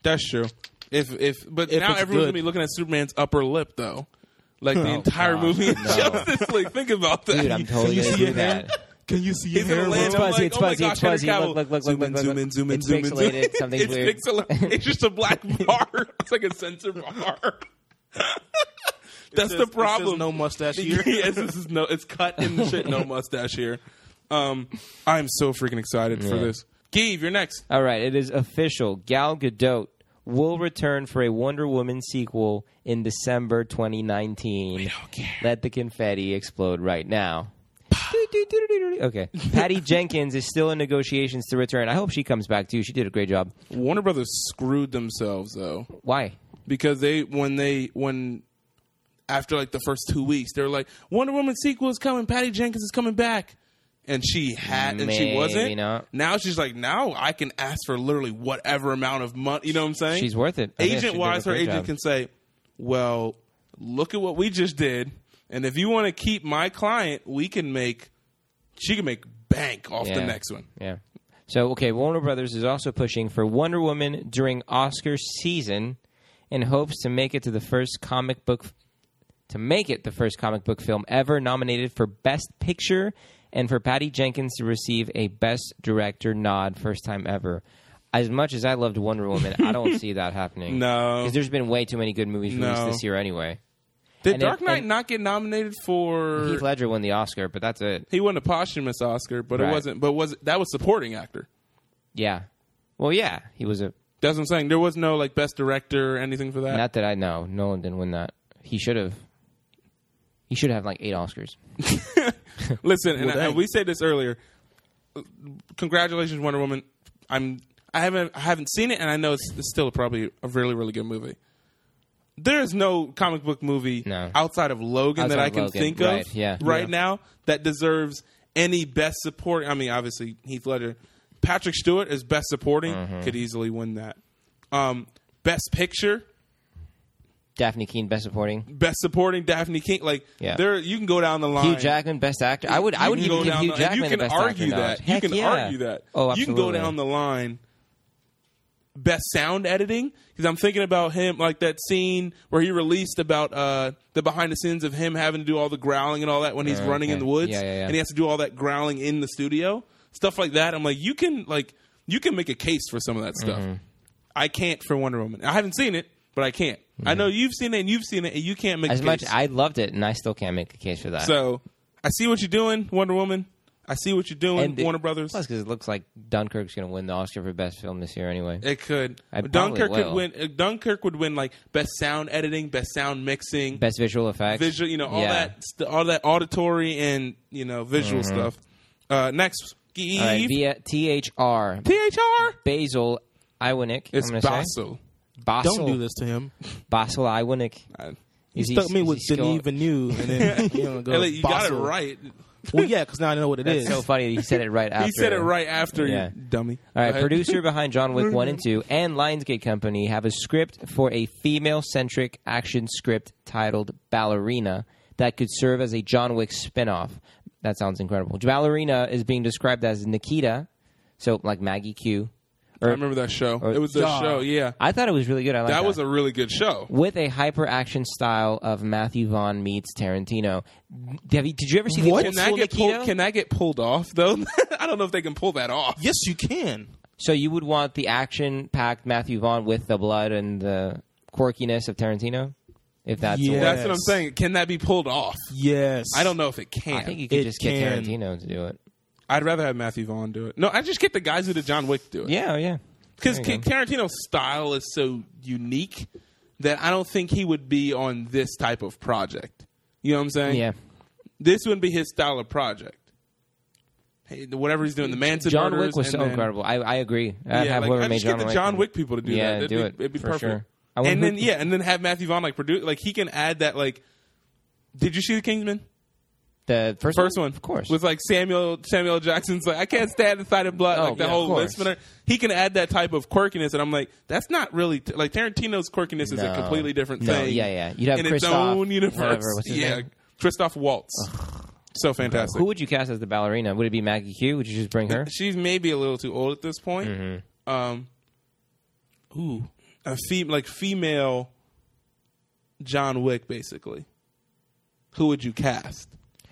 S1: That's true. If if but
S2: If
S1: now
S2: it's
S1: everyone's
S2: good.
S1: gonna be looking at Superman's upper lip though, like the entire
S3: gosh,
S1: movie
S3: Oh, no.
S1: Justice League. Think about that.
S3: Dude, I'm totally
S2: you
S3: gonna
S2: see
S3: do
S2: it now?
S3: that.
S2: Can you see
S1: He's gonna
S2: hair?
S1: land
S3: It's
S1: I'm
S3: fuzzy,
S1: like,
S3: it's
S1: oh my
S3: fuzzy,
S1: gosh,
S3: it's fuzzy.
S1: Henry
S3: Look, look, look,
S1: Cavill.
S3: look, look,
S1: Zoom
S3: look.
S1: in, zoom in,
S3: It's
S1: zoom in, zoom in.
S3: pixelated. Something's
S1: it's
S3: weird.
S1: pixelated. It's just a
S3: [laughs]
S1: black bar. [laughs] It's like a sensor bar. That's the problem.
S2: No mustache here.
S1: yes, this [laughs] is no. It's cut and shit.
S3: [laughs]
S1: No mustache here. Um, I'm so freaking excited for
S3: Yeah.
S1: this. Give, you're next.
S3: All right, it is official. Gal Gadot will return for a Wonder Woman sequel in December 2019. Let the confetti explode right now. okay.
S1: [laughs]
S3: Patty Jenkins is still in negotiations to return. I hope she comes back too. She did a great job.
S1: Warner Brothers screwed themselves though.
S3: Why?
S1: because they when they when after like the first two weeks they were like Wonder Woman sequel is coming, Patty Jenkins is coming back, and she had and she
S3: Maybe
S1: wasn't.
S3: not.
S1: Now she's like now I can ask for literally whatever amount of money. You know what I'm saying?
S3: She's worth it. I think she
S1: agent
S3: did a
S1: wise, her
S3: great
S1: agent
S3: job.
S1: can say, "Well, look at what we just did, and if you want to keep my client, we can make." She can make bank off the
S3: Yeah.
S1: next one.
S3: Yeah. So, okay, Warner Brothers is also pushing for Wonder Woman during Oscar season in hopes to make it to the first comic book to make it the first comic book film ever nominated for best picture and for Patty Jenkins to receive a best director nod first time ever. As much as I loved
S1: [laughs]
S3: Wonder Woman, I don't see that happening.
S1: No.
S3: Cuz there's been way too many good movies released
S1: No.
S3: this year anyway.
S1: Did
S3: And it-
S1: Dark Knight
S3: and
S1: not get nominated for?
S3: Heath Ledger won the Oscar, but that's it.
S1: he won a posthumous Oscar, but
S3: Right.
S1: it wasn't. But was that was supporting actor?
S3: Yeah. Well, yeah, he was a.
S1: That's what I'm saying. There was no like best director or anything for that.
S3: Not that I know. Nolan didn't win that. He should have. He should have like eight Oscars.
S1: Listen, and, I,
S2: dang.
S1: and we said this earlier. Congratulations, Wonder Woman. I'm I haven't I haven't seen it, and I know it's, it's still probably a really really good movie. There is no comic book movie
S3: No.
S1: outside of Logan that
S3: Outside
S1: I
S3: of
S1: can
S3: Logan,
S1: think
S3: right,
S1: of
S3: yeah.
S1: right
S3: Yeah.
S1: now that deserves any best support. I mean, obviously Heath Ledger, Patrick Stewart is best supporting
S3: Mm-hmm.
S1: could easily win that. Um, best picture,
S3: Daphne Keene, best supporting.
S1: best supporting Daphne King. Like
S3: Yeah.
S1: there, you can go down the line.
S3: Hugh Jackman, best actor. I would. I
S1: You
S3: would
S1: can
S3: even
S1: go
S3: give
S1: down
S3: Hugh
S1: the-
S3: Jackman
S1: You can
S3: the best
S1: argue
S3: actor.
S1: that.
S3: nod.
S1: You
S3: Heck
S1: can
S3: yeah.
S1: argue that.
S3: Oh,
S1: you can go
S3: absolutely.
S1: down the line. Best sound editing because I'm thinking about him like that scene where he released about uh, the behind the scenes of him having to do all the growling and all that when he's
S3: Uh,
S1: running in
S3: okay.
S1: the woods
S3: Yeah, yeah, yeah.
S1: and he has to do all that growling in the studio stuff like that. I'm like you can like you can make a case for some of that stuff.
S3: Mm-hmm.
S1: I can't for Wonder Woman. I haven't seen it, but I can't. I know you've seen it and you've seen it and you can't make
S3: Mm-hmm. As
S1: a
S3: much
S1: case.
S3: I loved it, and I still can't make a case for that.
S1: So I see what you're doing, Wonder Woman. I see what you're doing,
S3: it-
S1: Warner Brothers.
S3: Plus, because it looks like Dunkirk's going to win the Oscar for best film this year anyway.
S1: It could.
S3: I probably
S1: Dunkirk could
S3: will.
S1: win. uh, Dunkirk would win like best sound editing, best sound mixing,
S3: Best visual effects.
S1: visual. You know all
S3: Yeah.
S1: that, st- all that auditory and you know visual stuff. Uh, next, Eve.
S3: Mm-hmm. All right, via THR.
S1: THR.
S3: Basil Iwanick.
S1: It's
S3: I'm gonna say.
S1: Basso.
S3: Basil.
S2: Don't do this to him.
S3: Basil Iwanick.
S1: I-
S2: You
S3: Is he-
S2: stuck me
S3: is
S2: with
S3: he
S2: Denis
S3: skilled?
S2: Villeneuve, and [laughs] then you know, go
S1: Elliot, you got it
S2: Basel.
S1: right.
S2: Well, yeah, because now I know what it
S3: That's
S2: is.
S3: so funny. that He said it right
S1: [laughs]
S3: after.
S1: He said it right after
S3: Yeah.
S1: you, dummy.
S3: All right,
S1: Go ahead.
S3: producer behind John Wick 1 and
S1: [laughs]
S3: 2 and Lionsgate Company have a script for a female centric action script titled Ballerina that could serve as a John Wick spin off. That sounds incredible. Ballerina is being described as Nikita, so like Maggie Q.
S1: I remember that show.
S3: Oh,
S1: it was the
S2: Yeah.
S1: show. Yeah,
S3: I thought it was really good. I like
S1: that was a really good show.
S3: with a hyper action style of Matthew Vaughn meets Tarantino. Have you- did you ever see the
S2: What?
S1: Can
S3: old
S1: that
S3: school
S1: get
S3: Nikita?
S1: pulled? Can that get pulled off though? [laughs] I don't know if they can pull that off.
S2: yes, you can.
S3: So you would want the action packed Matthew Vaughn with the blood and the quirkiness of Tarantino, if that's the
S2: Yeah.
S3: way-
S1: That's what I'm
S2: Yes.
S1: saying. Can that be pulled off?
S2: Yes,
S1: I don't know if it can.
S3: I think you could
S2: It
S3: just get
S2: can.
S3: Tarantino to do it.
S1: I'd rather have Matthew Vaughn do it. No, I just get the guys who did John Wick do it.
S3: Yeah, yeah.
S1: because
S3: There you
S1: Tarantino's style is so unique that I don't think he would be on this type of project. You know what I'm saying?
S3: Yeah.
S1: This wouldn't be his style of project. Hey, whatever he's doing, the Manson
S3: John
S1: murders
S3: Wick was
S1: and
S3: so
S1: then-
S3: incredible. I, I agree. I'd
S1: Yeah,
S3: have
S1: like,
S3: whoever
S1: I
S3: made
S1: just
S3: John
S1: get the
S3: Wick.
S1: John Wick people to do
S3: Yeah,
S1: that. That'd
S3: do
S1: be,
S3: it,
S1: It'd be
S3: for
S1: perfect.
S3: sure. I wonder
S1: And then
S3: who-
S1: yeah, and then have Matthew Vaughn like produce. Like he can add that. Like, did you see the Kingsman?
S3: The first,
S1: First one,
S3: Oh, of course.
S1: with like Samuel Samuel L. Jackson's like I can't stand the sight of blood,
S3: Oh,
S1: like the
S3: yeah,
S1: whole
S3: of course.
S1: listener. He can add that type of quirkiness, and I'm like, that's not really like Tarantino's quirkiness is a
S3: No.
S1: completely different
S3: No,
S1: thing.
S3: yeah, yeah. You'd have
S1: in its
S3: Christoph,
S1: own universe.
S3: whatever, what's his
S1: yeah,
S3: name?
S1: Christoph Waltz, so fantastic.
S3: who would you cast as the ballerina? Would it be Maggie Q? Would you just
S1: [laughs]
S3: bring her?
S1: She's maybe a little too old at this point. Um, ooh, a fem- like female John Wick, basically. Who would you cast?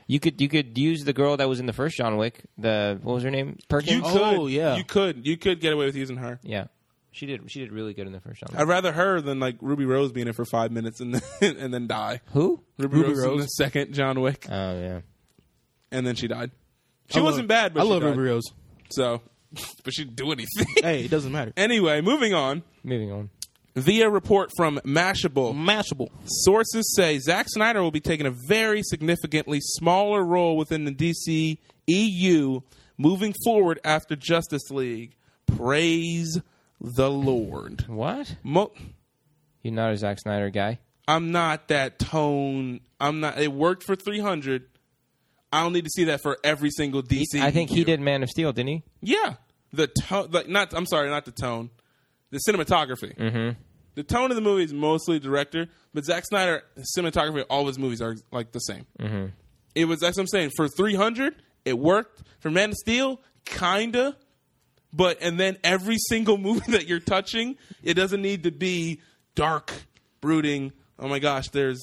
S3: You could you could use the girl that was in the first John Wick. The what was her name? Perkins.
S1: You could,
S2: Oh, yeah.
S1: you could, you could get away with using her.
S3: Yeah, she did. She did really good in the first John. Wick.
S1: I'd rather her than like Ruby Rose being in for five minutes and then, [laughs] and then die.
S3: Who?
S1: Ruby,
S2: Ruby
S1: Rose, was in
S2: Rose?
S1: the second John Wick,
S3: Oh yeah.
S1: and then she died. She
S2: I love-
S1: wasn't bad, but
S2: I
S1: she
S2: love
S1: died.
S2: Ruby Rose.
S1: So, [laughs] but she'd do anything.
S2: Hey, it doesn't matter.
S1: [laughs] anyway, moving on.
S3: Moving on.
S1: Via report from Mashable.
S2: Mashable.
S1: Sources say Zack Snyder will be taking a very significantly smaller role within the DC EU moving forward after Justice League. Praise the Lord.
S3: What?
S1: Mo-
S3: You're not a Zack Snyder guy.
S1: I'm not that tone. I'm not. It worked for 300. I don't need to see that for every single DC.
S3: I think he did Man of Steel, didn't he?
S1: Yeah, the tone. Like not. I'm sorry, not the tone. The cinematography. Mm-hmm. The tone of the movie is mostly director, but Zack Snyder cinematography. All of his movies are like the same. Mm-hmm. It was that's what I'm saying. For 300, it worked. For Man of Steel, kinda. But and then every single [laughs] movie that you're touching, it doesn't need to be dark, brooding. Oh my gosh, there's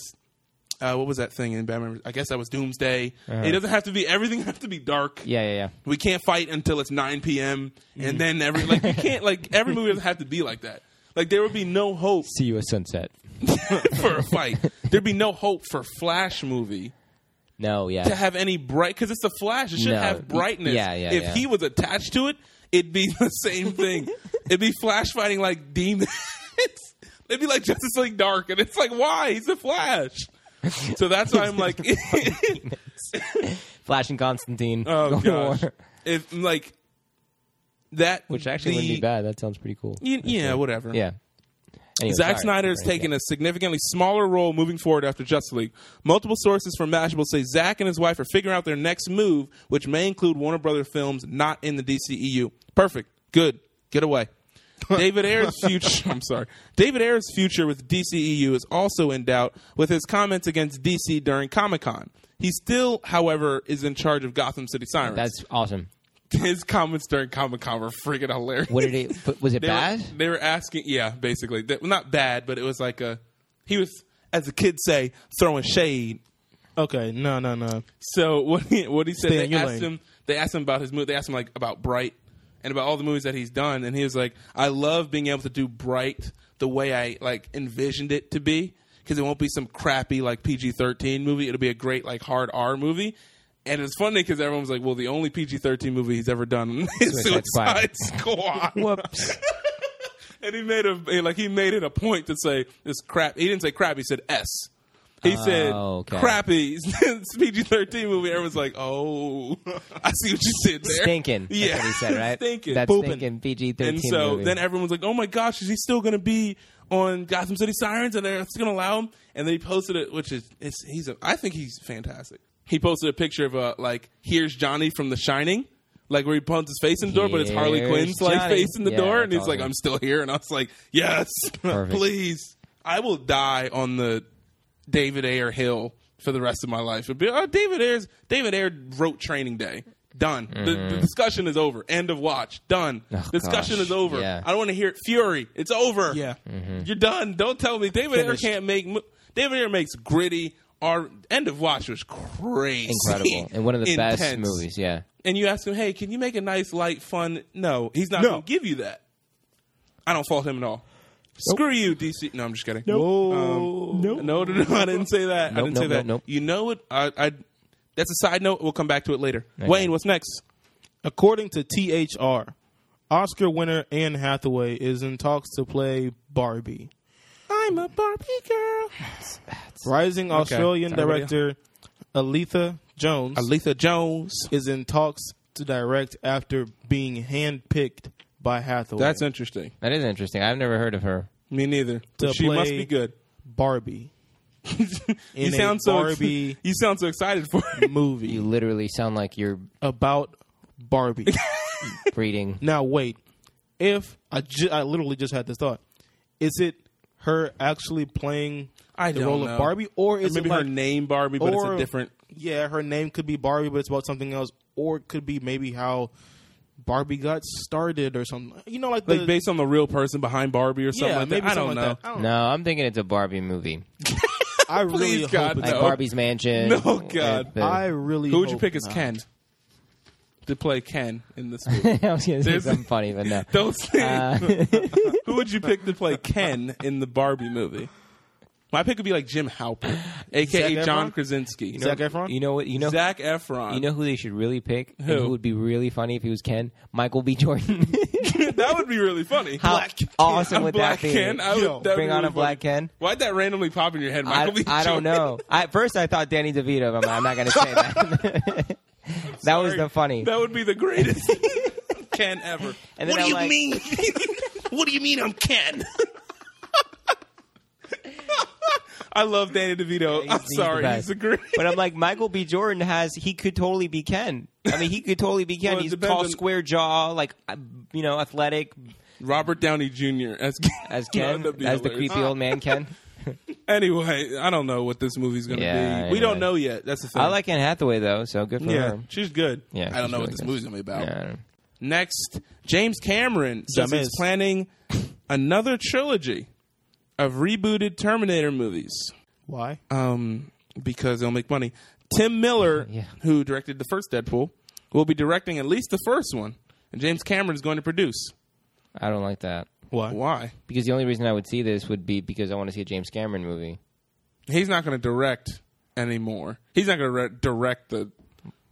S1: uh, what was that thing in Batman? I guess that was Doomsday. It doesn't have to be everything. [laughs] Have to be dark
S3: Yeah, yeah, yeah.
S1: we can't fight until it's 9 p.m.
S3: Mm.
S1: and
S3: [laughs]
S1: then every like you can't like every movie doesn't have to be like that. Like there would be no hope. [laughs]
S3: See you at sunset.
S1: for a fight. There'd be no hope for Flash movie
S3: No, yeah.
S1: to have any bright because it's the Flash. It should
S3: No.
S1: have brightness.
S3: Yeah, yeah,
S1: if
S3: yeah.
S1: he was attached to it, it'd be [laughs] the same thing. it'd be Flash fighting like demons. [laughs] it'd be like Justice League Dark, and it's like, why? He's the Flash. So that's why
S3: [laughs]
S1: I'm like, [laughs]
S3: Flash and Constantine.
S1: oh
S3: Go to
S1: gosh,
S3: [laughs] war.
S1: if like that,
S3: Which actually
S1: the,
S3: wouldn't be bad. That sounds pretty cool.
S1: y- yeah, whatever.
S3: Yeah. Anyway,
S1: Zack
S3: sorry.
S1: Snyder has
S3: Right,
S1: taken a significantly smaller role moving forward after Justice League. Multiple sources from Mashable say Zack and his wife are figuring out their next move, which may include Warner Brother films not in the DCEU. Perfect. Good. Get away. David Ayer's future I'm sorry. David Ayer's future with DCEU is also in doubt with his comments against DC during Comic-Con. He still, however, is in charge of Gotham City Sirens.
S3: That's awesome.
S1: his comments during Comic-Con were freaking hilarious.
S3: What did it? but Was it
S1: They were-
S3: bad?
S1: they were asking, yeah, basically, They- well, not bad, but it was like a he was, as the kids say, throwing shade.
S2: Okay, no, no, no.
S1: So what he, what he said,
S2: Stay in
S1: they
S2: your
S1: asked
S2: lane.
S1: him, they asked him about his movie, they asked him like about Bright and about all the movies that he's done, and he was like, I love being able to do Bright the way I like envisioned it to be, because it won't be some crappy like PG thirteen movie. It'll be a great like hard R movie. And it's funny because everyone was like, "Well, the only PG-13 movie he's ever done is
S3: Suicide
S1: Suicide,
S3: Squad.
S1: Squad."
S3: Whoops.
S1: [laughs] and he made a he- like he made it a point to say this crap. He didn't say crap. He said S. He said
S3: Oh, okay.
S1: crappy [laughs] PG thirteen movie. Everyone's like, oh, [laughs] I see what you said there.
S3: Stinking. That's
S1: Yeah,
S3: what he said,
S1: [laughs]
S3: right?
S1: stinking.
S3: That's
S2: Pooping.
S3: stinking PG thirteen.
S1: and so
S3: movie.
S1: then everyone's like, oh my gosh, is he still going to be on Gotham City Sirens? And they're still going to allow him. And then he posted it, which is it's, he's a, I think he's fantastic. He posted a picture of uh, like here's Johnny from The Shining. Like where he punched his face in the door, but it's Harley
S3: Here's
S1: Quinn's like
S3: Johnny.
S1: face in the
S3: Yeah,
S1: door, and he's
S3: that's
S1: like,
S3: awesome.
S1: "I'm still here," and I was like, "Yes, [laughs]
S3: Perfect.
S1: please, I will die on the David Ayer hill for the rest of my life." It'd be, oh, David Ayer's David Ayer wrote Training Day. Done. The, the discussion is over. End of watch. Done.
S3: Mm-hmm. Oh,
S1: discussion
S3: gosh.
S1: is over.
S3: Yeah. Mm-hmm.
S1: I don't want to hear it. Fury. It's over.
S2: Yeah.
S1: You're done. Don't tell me David
S2: Finished.
S1: Ayer can't make. mo- David Ayer makes gritty. Our end of watch was crazy,
S3: incredible and one of the best
S1: Intense.
S3: movies. Yeah.
S1: And you ask him, "Hey, can you make a nice, light, fun?" No, he's not
S2: No.
S1: going to give you that. I don't fault him at all. Screw you, DC. No, I'm just kidding.
S2: Whoa.
S1: No, no, no, no, I didn't say that. I
S3: Nope,
S1: didn't say
S3: nope,
S1: that.
S3: nope, nope.
S1: You know what? I, I. That's a side note. We'll come back to it later. Wayne, what's next?
S2: According to THR, Oscar winner Anne Hathaway is in talks to play Barbie.
S1: I'm a Barbie girl.
S2: Rising Australian
S1: Sorry, buddy.
S2: director Aletha Jones
S1: Aletha Jones.
S2: is in talks to direct after being handpicked by Hathaway.
S1: That's interesting.
S3: That is interesting. I've never heard of her.
S1: Me neither.
S2: To
S1: she must
S2: play
S1: be good.
S2: Barbie
S1: you
S2: in a
S1: sound so ex-
S2: Barbie-
S1: [laughs] you sound so excited for
S2: [laughs]
S1: it.
S2: movie
S3: You literally sound like you're
S2: about
S1: [laughs]
S2: Barbie.
S3: breeding.
S2: now wait, if I ju- I literally just had this thought, is it her actually playing
S1: I
S2: the
S1: don't
S2: role
S1: know.
S2: of Barbie, or is
S1: Maybe
S2: it like
S1: her name Barbie, but it's a
S2: or-
S1: different.
S2: Yeah, her name could be Barbie, but it's about something else, or it could be maybe how Barbie got started or something. You know, like,
S1: Like
S2: the,
S1: based on the real person behind Barbie or something
S2: yeah,
S1: like
S2: maybe
S1: that. I don't
S2: something
S1: know.
S2: like that. I don't know.
S3: No, I'm thinking it's a Barbie movie,
S2: I really
S1: Please,
S2: hope
S1: God,
S2: it's
S3: like
S1: No.
S3: Barbie's Mansion.
S1: No, God.
S3: with the-
S2: I really.
S1: Who would you
S2: hope
S1: pick as
S2: not.
S1: Ken to play Ken in this movie?
S3: [laughs]
S1: [laughs]
S3: I was going to say
S1: There's-
S3: something funny, but no.
S1: [laughs] Don't say.
S3: Uh,
S1: Who would you pick to play Ken in the Barbie movie? My pick would be like Jim
S3: [gasps]
S1: Halpert, aka
S2: Zac
S1: John
S2: Efron?
S1: Krasinski. You know,
S2: Zac Efron.
S3: you know what? You know
S1: Zac Efron.
S3: You know who they should really pick? And
S1: Who?
S3: would be really funny if he was Ken? Michael
S1: [laughs]
S3: B. Jordan. [laughs]
S1: that would be really funny.
S3: How awesome
S1: a
S3: would
S1: black
S3: that be?
S1: Ken. I would,
S2: Yo.
S1: that would
S3: Bring
S1: be
S3: on
S1: really
S3: a black
S1: funny.
S3: Ken.
S1: Why'd that randomly pop in your head,
S3: I,
S1: Michael? [laughs] B.
S3: I
S1: Jordan?
S3: don't know. I, at first, I thought Danny DeVito, but I'm not going to
S1: [laughs]
S3: say that. [laughs] that was the funny.
S1: That would be the
S3: [laughs]
S1: greatest Ken ever.
S3: And then I'm like- [laughs]
S1: mean? what do you mean I'm Ken? [laughs] I love Danny DeVito.
S3: he's-
S1: I'm
S3: he's the
S1: sorry,
S3: best.
S1: he's a great.
S3: [laughs] But I'm like, Michael B. Jordan has, he could totally be Ken. I mean, he could totally be Ken.
S1: Well, it
S3: He's
S1: depends
S3: tall,
S1: on-
S3: square jaw, like, uh, you know, athletic
S1: Robert Downey Jr. as
S3: as
S1: No,
S3: Ken,
S1: that'd be
S3: as the
S1: hilarious.
S3: creepy old man Ken.
S1: [laughs] Anyway, I don't know what this movie's going to
S3: Yeah,
S1: be.
S3: anyway.
S1: We don't know yet. That's the thing.
S3: I like Anne Hathaway, though, so good for
S1: Yeah,
S3: her.
S1: she's good.
S3: Yeah,
S1: I don't
S3: she's
S1: know what
S3: really
S1: this
S3: good.
S1: movie's going to be about.
S3: Yeah, I don't know.
S1: Next, James Cameron says he's
S2: Dumbass.
S1: planning another trilogy of rebooted Terminator movies.
S2: Why?
S1: um, because they'll make money. Tim Miller,
S3: [laughs] Yeah.
S1: who directed the first Deadpool, will be directing at least the first one, and James Cameron is going to produce.
S3: I don't like that.
S2: Why?
S1: Why?
S3: Because the only reason I would see this would be because I want to see a James Cameron movie.
S1: He's not going to direct anymore. He's not going to re- direct the.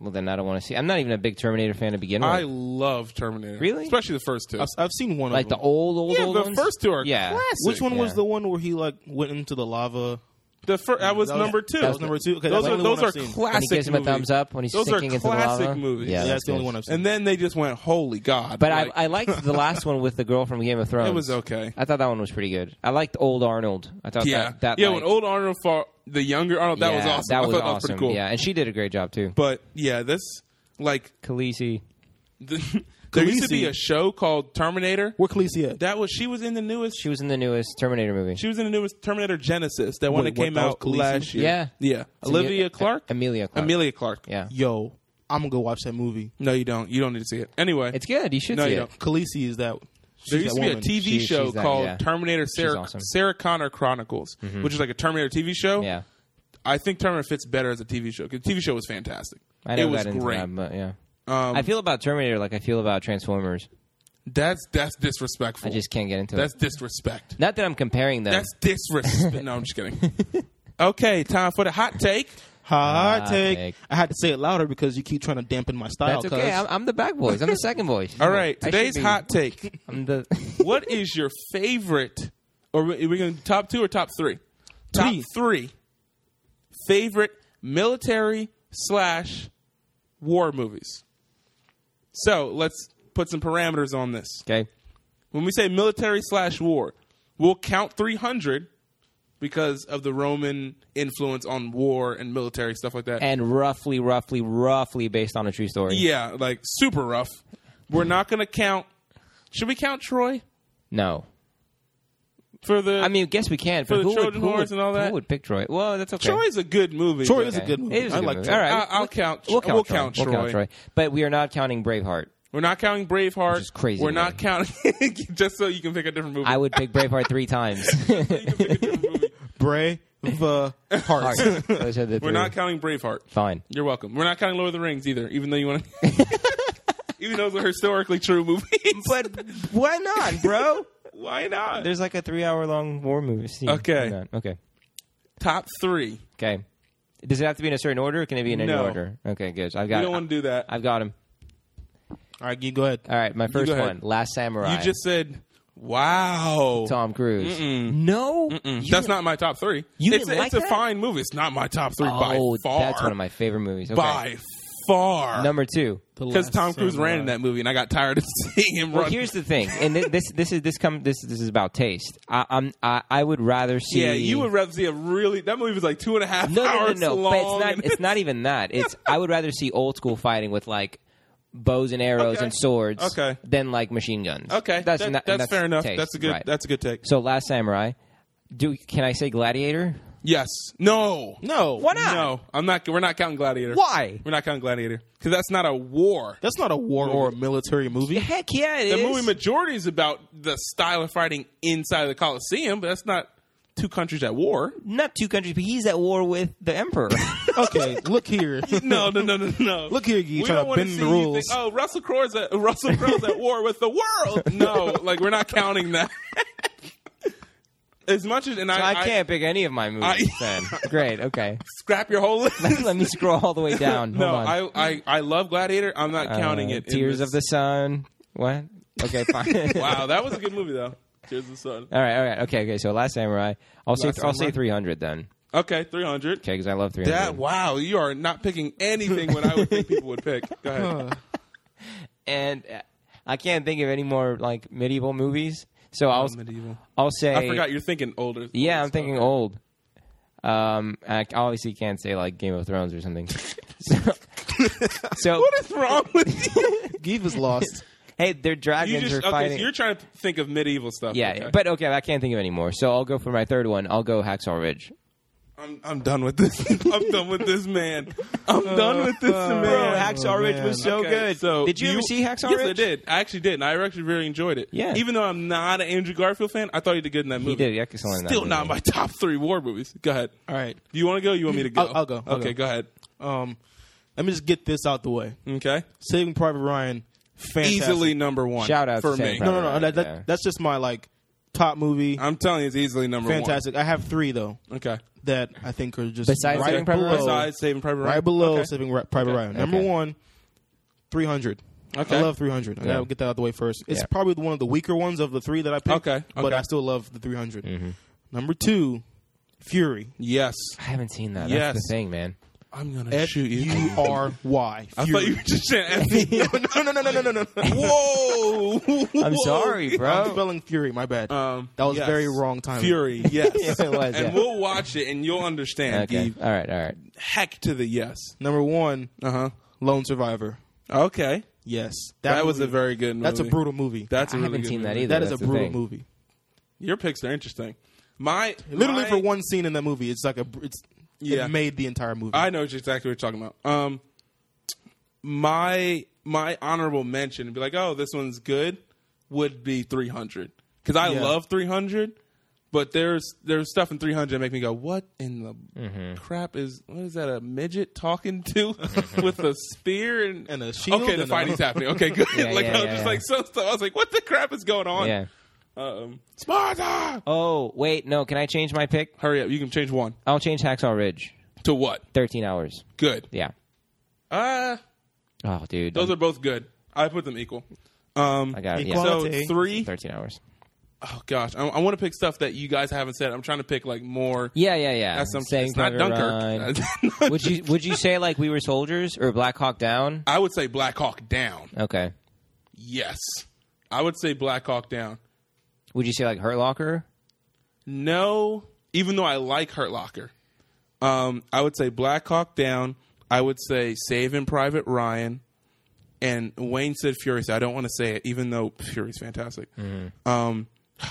S3: Well, then I don't want to see. I'm not even a big Terminator fan to begin with.
S1: I love Terminator.
S3: Really?
S1: Especially the first two.
S2: I've, I've seen one
S3: like
S2: of
S3: the
S2: them.
S3: old, old,
S1: yeah,
S3: old
S1: the
S3: ones?
S1: first two are
S3: Yeah.
S1: classic.
S2: Which one was
S3: yeah.
S2: the one where he like went into the lava?
S1: The fir- that was
S2: That was-
S1: number two.
S2: that was number two? Okay,
S1: those
S2: that's the
S1: are
S2: only
S1: those
S2: one
S1: are
S2: I've seen.
S1: classic.
S3: When he gives him a
S1: movies.
S3: thumbs up when he's
S1: Those are
S3: sinking into the
S1: classic
S3: lava.
S1: movies.
S3: Yeah,
S1: Yeah,
S2: Yeah, that's,
S3: that's
S2: the only
S3: good.
S2: one I've seen.
S1: And then they just went, "Holy God!"
S3: But
S1: Like,
S3: I, I liked the last one with the girl from Game of
S1: [laughs]
S3: Thrones.
S1: it was okay.
S3: I thought that one was pretty good. I liked old Arnold. I thought
S1: Yeah,
S3: that, that
S1: yeah.
S3: like,
S1: When old Arnold fought the younger Arnold, that was
S3: yeah,
S1: awesome.
S3: That
S1: I
S3: was
S1: thought
S3: awesome.
S1: that was pretty cool.
S3: Yeah, and she did a great job too.
S1: But yeah, this like
S3: Khaleesi. [laughs]
S1: the, there used to be
S2: Khaleesi.
S1: a show called Terminator.
S2: Where Khaleesi at?
S1: That was she was in the newest.
S3: She was in the newest Terminator movie.
S1: She was in the newest Terminator Genesis, that one
S2: Wait,
S1: that
S2: what,
S1: came
S2: that was
S1: out
S2: Khaleesi?
S1: last year.
S3: Yeah.
S1: yeah. Olivia Clark,
S3: Amelia Clark.
S1: Amelia Clark.
S3: Yeah.
S2: Yo, I'm gonna go watch that movie.
S1: No, you don't. You don't need to see it. Anyway,
S3: It's good. You should
S1: No,
S3: see
S1: you don't.
S3: it.
S2: Khaleesi is that.
S1: there
S2: She's
S1: used to
S2: that
S1: be a
S2: woman.
S1: TV
S3: She-
S1: show
S3: she's that-
S1: called
S3: yeah.
S1: Terminator Sarah,
S3: awesome. Mm-hmm.
S1: Sarah Connor Chronicles, which is like a Terminator TV show.
S3: Yeah.
S1: I think Terminator fits better as a TV show. 'cause The TV show was fantastic.
S3: I
S1: it
S3: never
S1: was
S3: got into
S1: great.
S3: that, but yeah.
S1: Um,
S3: I feel about Terminator like I feel about Transformers.
S1: that's that's disrespectful.
S3: I just can't get into
S1: that's
S3: it.
S1: disrespect.
S3: Not that I'm comparing them. [laughs]
S1: That's disrespect. no, I'm just kidding. Okay, time for the hot take.
S2: Hot
S3: Hot
S2: take.
S3: take.
S2: I had to say it louder because you keep trying to dampen my style.
S3: That's okay.
S2: cuz.
S3: I'm, I'm the back voice. I'm the second [laughs] voice.
S1: All right,
S3: I should
S1: today's
S3: be-
S1: hot take.
S3: I'm the.
S1: what is your favorite? Or are we going to top two or top three? Top
S2: Three.
S1: three favorite military slash war movies. So let's put some parameters on this.
S3: [laughs] okay.
S1: When we say military slash war, we'll count 300 because of the Roman influence on war and military stuff like that.
S3: And roughly, roughly, roughly based on a true story.
S1: yeah, like super rough. We're not going to count. Should we count Troy
S3: No.
S1: for the?
S3: I mean, guess we can. For
S1: the
S3: who would-
S1: Trojan
S3: who would,
S1: horse and all that?
S3: Who would pick Troy? Well, that's okay.
S1: Troy's a good movie.
S2: Troy
S1: but-
S2: is a
S3: Okay.
S2: good movie.
S3: It is a
S2: I
S3: good
S2: like
S3: movie.
S2: Troy.
S3: All right.
S1: I- I'll
S3: We'll-
S1: count-
S3: We'll count,
S1: we'll
S3: Troy.
S1: count
S3: We'll count
S1: Troy.
S3: Troy. But we are not counting Braveheart.
S1: We're not counting Braveheart.
S3: Which is crazy
S1: We're
S3: to
S1: not
S3: me.
S1: counting [laughs] just so you can pick a different [laughs] movie.
S3: I would pick Braveheart three times.
S2: Brave
S3: All
S2: heart.
S3: right. Those are the
S1: We're
S3: three. [laughs]
S1: not counting Braveheart.
S3: Fine.
S1: You're welcome. We're not counting Lord of the Rings either, even though you
S3: [laughs]
S1: want to. even those are historically true movies.
S3: But why not, bro?
S1: why not?
S3: There's like a three hour long war movie. Scene.
S1: Okay.
S3: Not- Okay.
S1: Top three.
S3: Okay. Does it have to be in a certain order? Or can it be in any
S1: No.
S3: order? Okay, good. I've
S1: We
S3: got.
S1: don't want to do that.
S3: I've got him.
S2: All right, you go ahead.
S3: All right, my first
S1: go ahead.
S3: one, Last Samurai.
S1: you just said, "Wow."
S3: Tom Cruise. No, You
S1: Mm-hmm. That's
S3: didn't-
S1: not my top three.
S3: You
S1: it's
S3: didn't
S1: it's
S3: like
S1: a
S3: that?
S1: fine movie. It's not my top three by
S3: Oh,
S1: far.
S3: that's one of my favorite movies. Okay.
S1: by far.
S3: Number two.
S1: because Tom Cruise ran in that movie, and I got tired of [laughs] seeing him
S3: Well,
S1: run.
S3: here's the thing, and thi- this this is this come this this is about taste. I, I'm I, I would rather see.
S1: Yeah, you would rather see a really that movie was like two and a half
S3: no no no
S1: hours
S3: no.
S1: long.
S3: But it's
S1: and-
S3: not it's not even that. It's I would rather see old school fighting with like bows and arrows
S1: Okay.
S3: and swords.
S1: Okay.
S3: Than like machine
S1: [laughs]
S3: guns.
S1: okay.
S3: That's
S1: that-
S3: not-
S1: that's,
S3: that's
S1: fair enough.
S3: taste,
S1: that's a good.
S3: right.
S1: That's a good take.
S3: so Last Samurai. Do can I say Gladiator?
S1: Yes. No.
S2: No.
S3: Why not?
S1: No. I'm not. We're not counting Gladiator.
S3: Why?
S1: We're not counting Gladiator because that's not a war.
S2: That's not a war or a
S1: [laughs]
S2: military movie.
S3: Heck yeah, it
S1: the
S3: is.
S1: movie majority is about the style of fighting inside of the Coliseum, but that's not two countries at war.
S3: not two countries, but he's at war with the
S1: [laughs]
S3: emperor. [laughs]
S2: okay, look here. [laughs]
S1: No, no, no, no, no.
S2: Look here, you
S1: we
S2: trying
S1: don't
S2: to
S1: wanna
S2: bend
S1: see
S2: the
S1: you
S2: rules.
S1: Think, oh, Russell Crowe's at Russell Crowe's at war with the world. No, like we're not counting that. [laughs] as much as and
S3: I,
S1: I, I-
S3: can't pick any of my movies.
S1: [laughs]
S3: then great, okay. [laughs]
S1: scrap your whole list.
S3: Let me scroll all the way down.
S1: no,
S3: Hold on.
S1: I, I I love Gladiator. I'm not counting
S3: Uh,
S1: it. in
S3: Tears
S1: this.
S3: of the Sun. What?
S1: [laughs]
S3: Okay, fine.
S1: Wow, that was a good movie though. Tears of the Sun.
S3: All right, all right, okay, okay. So Last Samurai. I'll say
S1: Last
S3: I'll say
S1: Samurai.
S3: three hundred then.
S1: Okay, 300.
S3: Okay, because I love three
S1: That
S3: hundred.
S1: wow, you are not picking anything what I would think people would pick. Go ahead.
S3: And uh, I can't think of any more like medieval movies. So I'll
S1: medieval.
S3: I'll say.
S1: I forgot you're thinking older.
S3: yeah, I'm thinking old. Um, I obviously can't say like Game of Thrones
S1: [laughs]
S3: or something. so, so
S1: What is wrong with you?
S2: Give is lost.
S3: hey, they're
S1: you
S3: dragons
S1: just,
S3: are
S1: okay,
S3: fighting.
S1: so you're trying to think of medieval stuff.
S3: yeah,
S1: okay.
S3: but okay, I can't think of any more. So I'll go for my third one. I'll go Hacksaw Ridge.
S1: I'm I'm done with this. I'm done with this
S3: [laughs]
S1: man. I'm done with this man.
S2: Uh, Hacksaw Ridge was
S1: so good. So
S3: Did you ever see Hacksaw
S1: yes,
S3: Ridge?
S1: I did. I actually did, and I actually really enjoyed it.
S3: Yeah.
S1: Even though I'm not an Andrew Garfield fan, I thought he did good in that movie.
S3: did excellent in that
S1: Still not
S3: movie.
S1: my top three war movies. Go ahead.
S2: All right.
S1: Do you want to go? Or you want me to go?
S2: I'll- I'll go. I'll
S1: okay, go.
S2: go.
S1: ahead.
S2: Um, let me just get this out the way.
S1: Okay.
S2: Saving Private Ryan, fantastic.
S1: Easily number one.
S3: Shout out
S1: for
S3: to Saving
S1: me.
S3: Private
S2: No, no, no.
S3: Ryan,
S2: that- that-
S3: yeah.
S2: That's just my like top movie.
S1: I'm telling you, it's easily number
S2: Fantastic. I have three though
S1: one. Fantastic. Okay.
S2: that I think are just
S3: Besides
S2: right
S3: Saving Private Ryan?
S2: below,
S1: Besides Saving Private Ryan.
S2: right below
S1: Okay.
S2: Saving Ri- Private Ryan. Number
S3: Okay.
S2: one, three hundred.
S1: Okay.
S2: I love 300. I gotta get that out of the way first. It's
S3: Yeah.
S2: probably one of the weaker ones of the three that I picked.
S1: Okay,
S2: But
S1: okay.
S2: I still love the 300.
S3: Mm-hmm.
S2: Number two, Fury.
S1: Yes.
S3: I haven't seen that.
S1: Yes.
S3: That's the thing, man.
S1: I'm gonna
S2: F
S1: shoot you.
S2: U R Y.
S1: I thought you
S2: Fury. [laughs]
S1: were just saying
S3: [laughs]
S1: F-
S2: no, no, no, no, no, no, no.
S1: Whoa.
S3: I'm sorry,
S2: I'm
S3: bro.
S2: spelling Fury. My bad.
S1: Um,
S2: that was
S1: yes.
S2: very wrong timing.
S1: Fury, yes.
S3: [laughs] it
S1: and
S3: was, [laughs] yeah.
S1: we'll watch it and you'll understand
S3: Okay.
S1: the
S3: All right. All right.
S1: heck to the yes.
S2: Number one,
S1: Uh-huh.
S2: Lone Survivor.
S1: Okay.
S2: Yes,
S1: That, was a
S2: movie-
S1: very good movie.
S2: That's a brutal movie.
S1: That's a
S3: I
S1: really
S3: haven't
S1: good
S3: seen that
S1: movie.
S3: either.
S2: that is a
S3: That's the
S2: brutal
S3: thing.
S2: movie.
S1: Your picks are interesting. My
S2: Literally
S1: my-
S2: for one scene in that movie, it's like a br- it's
S1: Yeah.
S2: it made the entire movie.
S1: I know exactly what you're talking about. Um, my my honorable mention and be like, oh, this one's good would be 300 because I
S2: Yeah.
S1: love 300, but there's there's stuff in 300 that make me go, what in the
S2: Mm-hmm.
S1: crap is what is that a midget talking to [laughs] with a spear and
S2: And a shield
S1: Okay, the
S2: and a-
S1: fighting's happening. Okay, good.
S3: [laughs] Yeah,
S1: like
S3: yeah,
S1: I was
S3: yeah,
S1: just
S3: yeah.
S1: like so stuff. I was like, what the crap is going on?
S3: Yeah.
S1: Um, Sparta,
S3: Oh wait, no. Can I change my pick?
S1: hurry up! You can change one
S3: I'll change Hacksaw Ridge.
S1: to what?
S3: Thirteen hours.
S1: Good.
S3: Yeah.
S1: Uh
S3: Oh, dude.
S1: Those are both good. I put them equal. Um,
S3: I got it. Yeah.
S2: Equality.
S1: so three.
S3: Thirteen hours.
S1: Oh gosh, I, I want to pick stuff that you guys haven't said. I'm trying to pick like more.
S3: Yeah, yeah, yeah.
S1: That's some.
S3: Saving
S1: it's not [laughs]
S3: Private
S1: Dunkirk.
S3: Ryan. [laughs] would you Would you say like we were soldiers or Black Hawk Down?
S1: I would say Black Hawk Down.
S3: Okay.
S1: Yes, I would say Black Hawk Down.
S3: Would you say like Hurt Locker?
S1: No, even though I like Hurt Locker, um, I would say Black Hawk Down. I would say Saving Private Ryan. And Wayne said Fury, so I don't want to say it, even though Fury's fantastic. Um,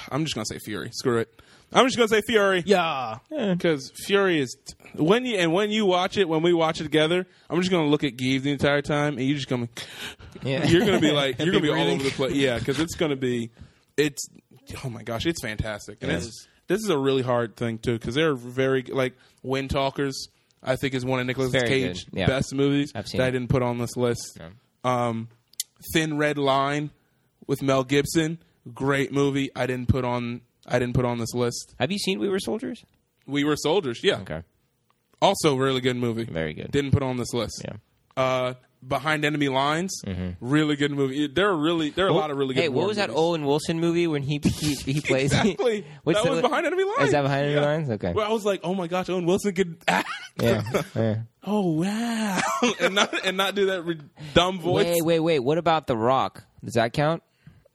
S1: I'm just gonna say Fury. Screw it. I'm just gonna say Fury.
S2: yeah,
S1: Because Fury is when you and when you watch it, when we watch it together, I'm just gonna look at Give the entire time, and you're just gonna
S3: Yeah.
S1: you're gonna
S3: [laughs]
S1: be like you're
S2: And
S1: gonna be
S2: be
S1: all
S2: breathing.
S1: over the place. Yeah, because it's gonna be it's oh my gosh, it's fantastic. And it's, this is a really hard thing too because they're very like Wind Talkers. I think is one of Nicolas
S3: Very
S1: Cage
S3: good, yeah.
S1: best movies
S3: I've seen
S1: that I
S3: it.
S1: didn't put on this list. Um, Thin Red Line with Mel Gibson, great movie. I didn't put on I didn't put on this list.
S3: Have you seen We Were Soldiers?
S1: We were soldiers, yeah.
S3: Okay.
S1: Also, really good movie.
S3: Very good.
S1: Didn't put on this list.
S3: Yeah. Mm-hmm.
S1: Uh, Behind Enemy Lines, really good movie. There are really there are a lot of really good.
S3: Oh, Hey, what
S1: war
S3: was that
S1: movies.
S3: Owen Wilson movie when he he,
S1: [laughs]
S3: he plays?
S1: Exactly.
S3: [laughs] What's
S1: that
S3: the-
S1: was Behind Enemy Lines.
S3: Is that behind enemy
S1: Yeah.
S3: lines? Okay.
S1: Where I was like, oh my gosh, Owen Wilson could [laughs] act.
S3: yeah.
S1: [laughs]
S3: yeah.
S1: Oh wow, [laughs] and not and not do that re- dumb voice.
S3: Wait, wait, wait. What about The Rock? Does that count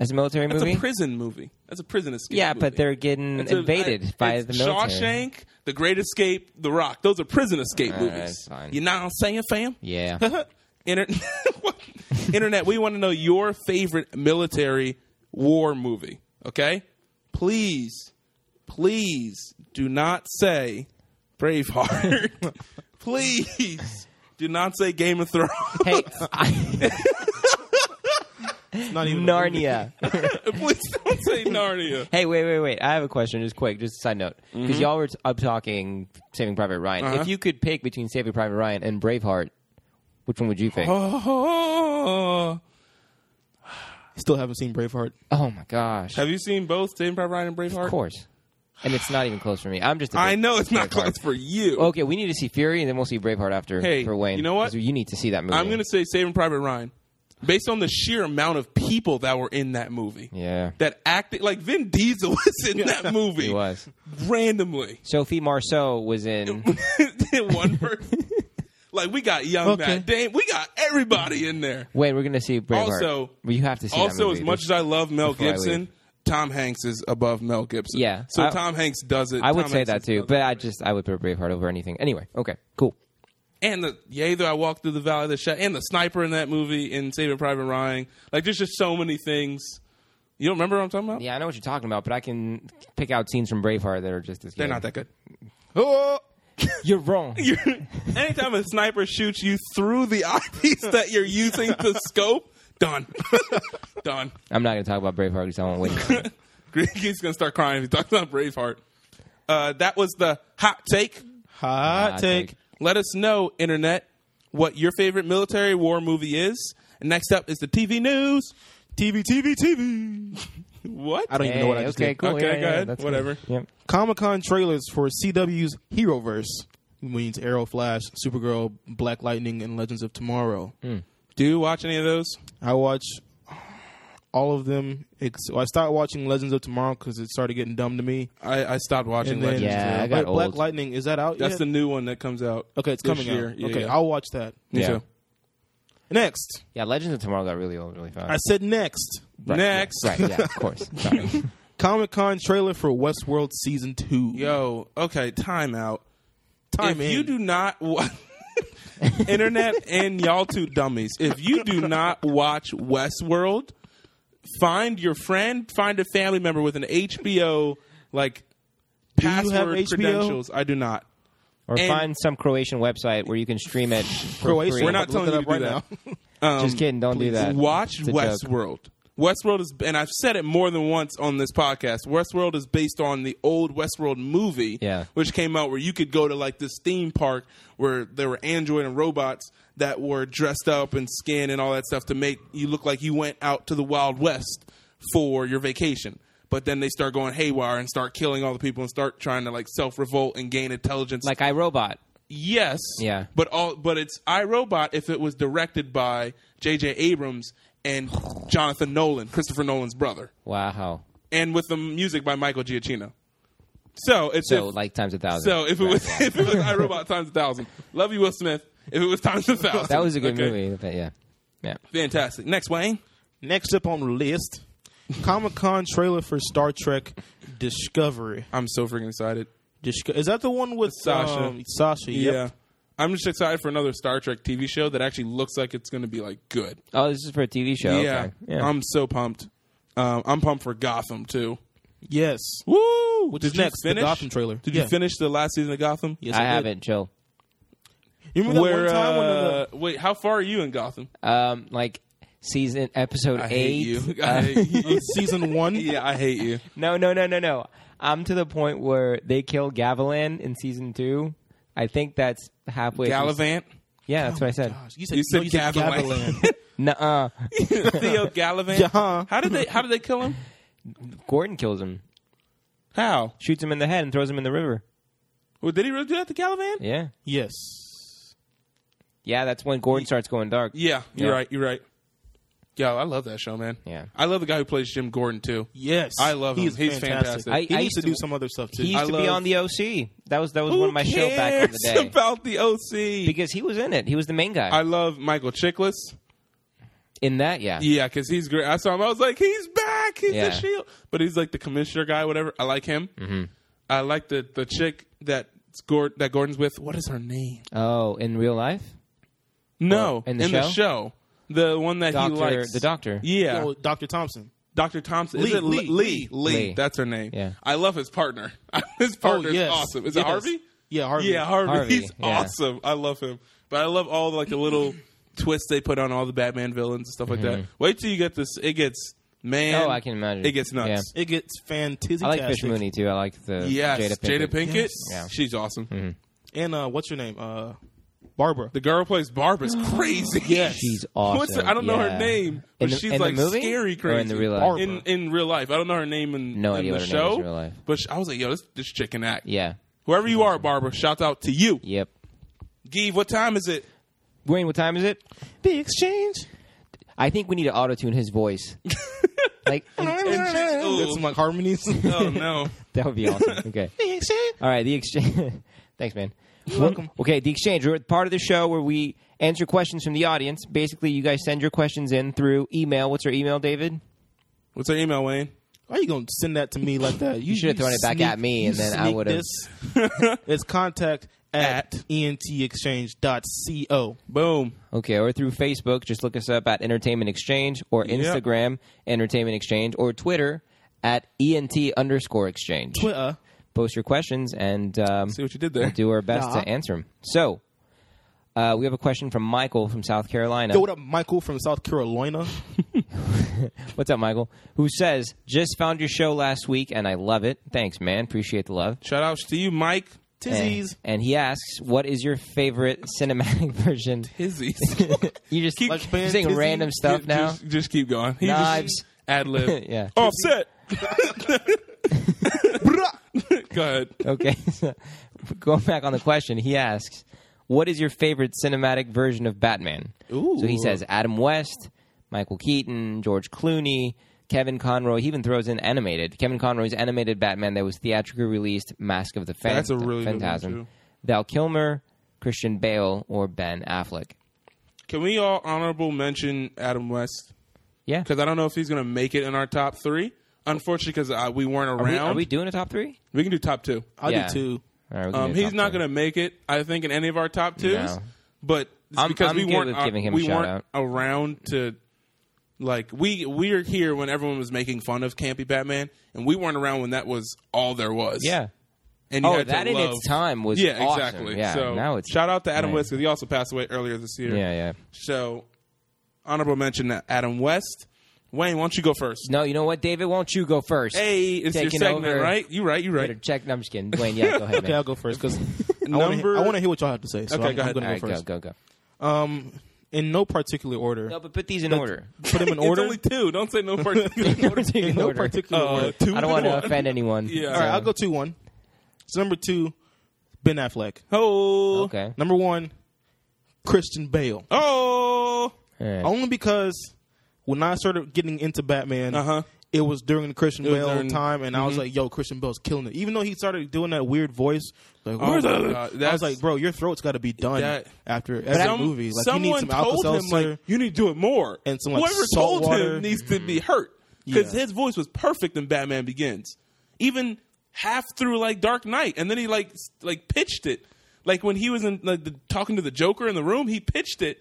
S3: as a military
S1: That's
S3: movie?
S1: a prison movie. That's a prison escape.
S3: yeah, but
S1: movie.
S3: they're getting
S1: It's a-
S3: invaded
S1: I-
S3: by
S1: it's
S3: the military.
S1: Shawshank, The Great Escape, The Rock. Those are prison escape
S3: All right,
S1: movies.
S3: fine.
S1: You know what I'm saying, fam?
S3: Yeah.
S1: [laughs] Inter- What? Internet, we want to know your favorite military war movie. Okay? Please, please do not say Braveheart. [laughs] please do not say Game of Thrones.
S3: hey, [laughs] I,
S2: it's not even a movie.
S3: Narnia.
S1: [laughs] please don't say
S3: [laughs]
S1: Narnia.
S3: Hey, wait, wait, wait. I have a question, just quick, just a side note. Because
S1: Mm-hmm.
S3: y'all were t- up talking Saving Private Ryan.
S1: Uh-huh.
S3: If you could pick between Saving Private Ryan and Braveheart, which one would you pick? Oh,
S1: Oh.
S2: Still haven't seen Braveheart.
S3: Oh my gosh.
S1: Have you seen both Saving Private Ryan and Braveheart?
S3: Of course. And it's not even close for me. I'm just. a
S1: I
S3: big
S1: know it's not
S3: Braveheart.
S1: close for you.
S3: Okay, we need to see Fury, and then we'll see Braveheart after
S1: Hey,
S3: for Wayne.
S1: you know what?
S3: 'cause You need to see that movie.
S1: I'm going to say Saving Private Ryan based on the sheer amount of people that were in that movie.
S3: Yeah.
S1: that acted like Vin Diesel [laughs] was in that movie.
S3: He was.
S1: randomly [laughs]
S3: Sophie Marceau was in.
S1: in
S3: [laughs]
S1: one person. like we got young
S2: Okay.
S1: Matt Damon, we got everybody in there.
S3: Wait, we're gonna see Braveheart.
S1: Also-
S3: Well, you have to see. that
S1: also,
S3: movie.
S1: as much as I love Mel
S3: before I leave.
S1: Gibson, Tom Hanks is above Mel Gibson.
S3: Yeah,
S1: so
S3: I-
S1: Tom Hanks does it.
S3: I would
S1: Tom
S3: say
S1: Hanks
S3: that
S1: is
S3: too,
S1: above-
S3: but I just I would put Braveheart over anything. Anyway, okay, cool.
S1: and the yea, though I walked through the valley of the shadow, and the sniper in that movie in Saving Private Ryan. Like, there's just so many things. You don't remember what I'm talking about?
S3: Yeah, I know what you're talking about, but I can pick out scenes from Braveheart that are just as.
S1: They're not that good.
S2: Oh,
S3: You're
S1: [laughs]
S3: wrong.
S1: Anytime a sniper shoots you through the [laughs] eyepiece that you're using to scope, done. [laughs] done. [laughs]
S3: I'm not gonna talk about Braveheart because I won't wait.
S1: He's going to start crying if he talks about Braveheart. Uh, that was the hot take.
S2: hot
S3: Hot
S2: take.
S3: take.
S1: Let us know, Internet, what your favorite military war movie is. And next up is the TV news.
S2: TV, TV, TV.
S1: [laughs] What?
S2: I don't even know what I
S3: Hey,
S2: just
S3: okay,
S2: did.
S3: cool.
S1: Okay,
S3: Yeah, yeah,
S1: go
S3: yeah,
S1: ahead.
S3: that's
S1: Whatever.
S3: good. Yep.
S2: Comic Con trailers for CW's Heroverse means Arrow, Flash, Supergirl, Black Lightning, and Legends of Tomorrow.
S1: Do you watch any of those?
S2: I watch all of them. Ex- I started watching Legends of Tomorrow because it started getting dumb to me.
S1: I, I stopped watching
S2: And then
S1: Legends.
S3: Yeah.
S1: too.
S3: I
S2: Black,
S3: got
S2: Black
S3: old.
S2: Lightning is that out?
S1: That's
S2: yet?
S1: the new one that comes out.
S2: okay. It's
S1: this
S2: coming
S1: year.
S2: out.
S1: Yeah,
S2: okay,
S1: yeah.
S2: I'll watch that.
S1: Me
S3: Yeah.
S1: too.
S2: Next,
S3: Yeah, Legends of Tomorrow got really old really fast.
S2: I said next.
S3: Right,
S1: Next.
S3: Yeah, right, yeah, of course. Sorry.
S2: Comic Con trailer for Westworld season two.
S1: [laughs] Yo, okay, time out. if
S2: Time in.
S1: you do not wa- [laughs] internet and y'all two dummies if you do not watch westworld find your friend find a family member with an hbo like
S2: you have
S1: password
S2: HBO?
S1: credentials i do not
S3: Or
S1: And-
S3: find some Croatian website where you can stream it. For
S2: Croatia.
S3: free.
S1: We're not
S2: Look
S1: telling
S2: it
S1: you
S2: up
S1: to do
S2: right
S1: that.
S2: now.
S3: Just kidding. Don't do that.
S1: watch
S3: It's a joke.
S1: westworld westworld is and i've said it more than once on this podcast westworld is based on the old westworld movie
S3: Yeah.
S1: which came out where you could go to like this theme park where there were android and robots that were dressed up and skinned and all that stuff to make you look like you went out to the wild west for your vacation but then they start going haywire and start killing all the people and start trying to like self revolt and gain intelligence
S3: Like iRobot.
S1: Yes.
S3: Yeah.
S1: But all but it's iRobot if it was directed by J.J. Abrams and Jonathan Nolan, Christopher Nolan's brother,
S3: Wow.
S1: and with the music by Michael Giacchino. So it's
S3: So
S1: if,
S3: like times a thousand.
S1: so if it was [laughs] if it was iRobot times a thousand, love you Will Smith. If it was times a [laughs] thousand,
S3: that was a good
S1: Okay.
S3: movie. but yeah. Yeah.
S1: Fantastic. Next, Wayne.
S2: [laughs] Next up on the list, Comic Con trailer for Star Trek Discovery.
S1: I'm so freaking excited.
S2: Disco- is that the one with
S1: Sasha.
S2: um, Sasha, yep.
S1: Yeah. I'm just excited for another Star Trek TV show that actually looks like it's going to be like good.
S3: Oh, this is for a TV show. Okay. Yeah.
S1: I'm so pumped. Um, I'm pumped for Gotham too.
S2: Yes.
S1: Woo!
S2: Which
S1: Did
S2: is
S1: you
S2: next, the
S1: finish?
S2: Gotham trailer.
S1: Did
S2: Yeah.
S1: you finish the last season of Gotham?
S2: Yes,
S3: I
S2: did.
S3: haven't. Chill.
S2: You remember that
S1: Where,
S2: one time when the-
S1: uh, wait, how far are you in Gotham?
S3: Um, like season episode
S1: I
S3: eight. Uh,
S1: hate you. [laughs] I hate you.
S2: on season one?
S1: [laughs] yeah, I hate you.
S3: [laughs] No, no, no, no, no. I'm to the point where they kill Gavilan in season two. I think that's halfway. through-
S1: Gallivant,
S3: Yeah, that's what I said.
S2: Oh
S3: uh,
S2: Gosh, you said,
S1: You said
S2: no, you said
S1: Gavilan.
S2: Gavilan.
S3: Nuh-uh.
S1: [laughs] Theo Gallivant.
S2: Yeah.
S1: How did they? How did they kill him?
S3: Gordon kills him,
S1: How?
S3: shoots him in the head, and throws him in the river.
S1: Well, did he really do that to Gallivant? Yeah,
S3: Yeah,
S2: yes.
S3: yeah. That's when Gordon starts going dark.
S1: you're
S3: Yeah.
S1: right. You're right. Yo, I love that show, man.
S3: Yeah.
S1: I love the guy who plays Jim Gordon too.
S2: Yes.
S1: I love him.
S2: He's
S1: He's
S2: fantastic.
S1: fantastic.
S3: I-
S2: he
S3: I
S2: needs
S3: used
S2: to do
S3: to-
S2: some other stuff, too.
S3: He used
S1: I
S3: to be
S1: love-
S3: on the OC. That was that was one of my show back in the
S1: Who
S3: day
S1: cares about the OC.
S3: because he was in it. He was the main guy
S1: I love Michael Chiklis.
S3: in that. Yeah,
S1: Yeah, because he's great. I saw him. I was like, he's back. He's
S3: Yeah.
S1: the shield. But he's like the commissioner guy, whatever. I like him. Mm-hmm. I like the the chick that Gord, that Gordon's with. What is her name?
S3: Oh, in real life,
S1: No,
S3: in the
S1: in the show, the one that
S3: doctor,
S1: he likes.
S3: the doctor.
S1: Yeah,
S2: Oh, Dr. Thompson.
S1: Doctor Thompson. is
S2: Lee,
S1: it Lee,
S2: Lee,
S1: Lee,
S3: Lee.
S1: That's her name.
S3: Yeah.
S1: I love his partner. [laughs] his partner
S2: oh, yes.
S1: is awesome. Is
S2: yes.
S1: it Harvey?
S2: Yeah, Harvey.
S1: Yeah, Harvey.
S3: Harvey,
S1: He's
S3: yeah.
S1: awesome. I love him. But I love all like the little twists they put on all the Batman villains and stuff like that. Wait till you get this. It gets man.
S3: Mm-hmm. Oh, I can imagine.
S1: It gets nuts.
S2: It gets fantastic.
S3: I like Fish Mooney too. I like the
S1: Yes,
S3: Jada Pinkett.
S2: Yes.
S3: Yeah. Mm-hmm.
S1: She's awesome.
S2: And uh, what's your name? Uh, Barbara.
S1: The girl who plays Barb
S3: [gasps]
S1: is crazy. Yes,
S3: She's awesome.
S1: What's her, I don't know
S3: Yeah.
S1: her name, but
S3: In the-
S1: she's
S3: in the
S1: like
S3: movie?
S1: scary
S3: Or
S1: crazy
S3: in the real life?
S2: Barb.
S1: In, in real life, I don't know her name in,
S3: No
S1: in
S3: idea
S1: the
S3: what her name
S1: show.
S3: is in real life.
S1: But sh- I was like, yo, this this chick can act.
S3: Yeah.
S1: Whoever you are, Barbara, shout out to you.
S3: Yep.
S1: Give, what time is it?
S3: Wayne, what time is it?
S2: The exchange.
S3: I think we need to auto tune his
S1: [laughs]
S3: voice. like
S1: ooh.
S2: It's like
S3: [laughs]
S2: harmonies.
S1: Oh no,
S3: that would be awesome.
S1: [laughs]
S3: Okay. All right, the exchange. [laughs] Thanks, man.
S2: welcome.
S3: Okay, the exchange. We're at the part of the show where we answer questions from the audience. Basically, you guys send your questions in through email. What's our email, David?
S1: what's her email, Wayne?
S2: Why you gonna send that to me like that? You,
S3: should've thrown it back at me,
S2: you
S3: and then I
S2: sneak
S3: would've-
S2: this. [laughs] it's contact at, E
S1: At.
S2: entexchange.co.
S1: Boom.
S3: Okay, or through Facebook. Just look us up at Entertainment Exchange or Instagram Entertainment Exchange or Twitter at ENT underscore exchange.
S2: Twitter.
S3: Post your questions and um,
S1: See what you did there.
S3: We'll do our best
S2: Nah.
S3: to answer them. So, uh, we have a question from Michael from South Carolina.
S2: Yo, what up, Michael from South [laughs] Carolina?
S3: What's up, Michael? Who says, Just found your show last week and I love it. Thanks, man. Appreciate the love.
S1: Shout outs to you, Mike.
S2: Tizzies.
S3: And, and he asks, What is your favorite cinematic [laughs] version? [laughs]
S1: Hizzies.
S3: You just
S1: Keep
S3: keep
S2: playing
S3: saying
S2: Disney.
S3: random stuff
S1: [laughs]
S3: now.
S1: Just, just keep going. He
S3: Knives.
S1: Ad lib.
S3: [laughs] Yeah.
S1: Offset. [laughs] Go ahead.
S3: Okay. [laughs] so, Going back on the question, he asks, What is your favorite cinematic version of Batman?
S1: Ooh.
S3: So he says Adam West, Michael Keaton, George Clooney, Kevin Conroy. He even throws in animated. Kevin Conroy's animated Batman that was theatrically released, Mask of the Phan-
S1: That's a really good one,
S3: Phantasm.
S1: too.
S3: Val Kilmer, Christian Bale, or Ben Affleck.
S1: Can we all honorable mention Adam West?
S3: Yeah.
S1: Because I don't know if he's going to make it in our top three. Unfortunately, because uh, we weren't
S3: Are
S1: around.
S3: we, are we doing a top three?
S1: We can do top two.
S2: I'll
S3: Yeah.
S2: do two.
S3: All right, we can
S1: Um,
S3: do a
S1: he's
S3: top
S1: not
S3: three.
S1: going to make it, I think, in any of our top twos.
S3: No.
S1: But it's
S3: I'm-
S1: because
S3: I'm
S1: we
S3: good
S1: weren't
S3: with
S1: uh,
S3: giving him a
S1: we
S3: shout
S1: weren't
S3: out.
S1: around to like we we are here when everyone was making fun of campy Batman, and we weren't around when that was all there was.
S3: Yeah.
S1: and you
S3: Oh,
S1: had to
S3: that in
S1: love-
S3: its time was
S1: yeah,
S3: awesome.
S1: exactly.
S3: Yeah,
S1: so
S3: now it's
S1: shout out to Adam
S3: Man.
S1: West because he also passed away earlier this year.
S3: Yeah, yeah.
S1: So honorable mention to Adam West. Wayne, why don't you go first?
S3: No, you know what, David? Won't you go first?
S1: Hey, it's your
S3: Taking
S1: segment,
S3: over.
S1: right? You right, you
S3: Better
S1: right.
S3: check. No, I'm just kidding. Dwayne, yeah,
S1: [laughs]
S3: go ahead.
S2: Okay,
S3: man.
S2: I'll go first [laughs] because
S1: Number-
S2: I want to hear what y'all have to say. So
S1: Okay,
S2: I'm,
S1: go ahead.
S2: I'm
S3: All
S2: gonna
S3: right,
S2: go
S3: go,
S2: first.
S3: go, go.
S2: Um, in no particular order.
S3: No, but put these in order.
S2: Put [laughs] them in
S1: It's
S2: order.
S1: only two. Don't say [laughs]
S3: [laughs]
S1: no first.
S2: in no
S3: order.
S2: particular order. Uh,
S1: two
S3: I don't want to offend anyone.
S1: Yeah.
S2: All right, I'll go two one. So number two, Ben Affleck.
S1: Oh.
S3: Okay.
S2: Number one, Christian Bale.
S1: Oh.
S3: All right.
S2: Only because when I started getting into Batman,
S1: Uh-huh.
S2: it was during the Christian
S1: was
S2: Bale
S1: during- Mm-hmm.
S2: time, and I was like, "Yo, Christian Bale's killing it." Even though he started doing that weird voice, like,
S1: Oh
S2: "Where's
S1: my
S2: the-"
S1: God,
S2: I
S1: that's-
S2: was like, "Bro, your throat's got to be done
S1: That-
S2: after every
S1: Some-
S2: movie. Like, you
S1: someone
S2: need some
S1: told him
S2: Alka-Seltzer."
S1: like you need to do it more.
S2: and some, like,
S1: whoever
S2: salt
S1: told
S2: water.
S1: him needs to be hurt because
S2: Yeah.
S1: his voice was perfect in Batman Begins, even half through like Dark Knight, and then he like s- like pitched it like when he was in like the, talking to the Joker in the room, he pitched it.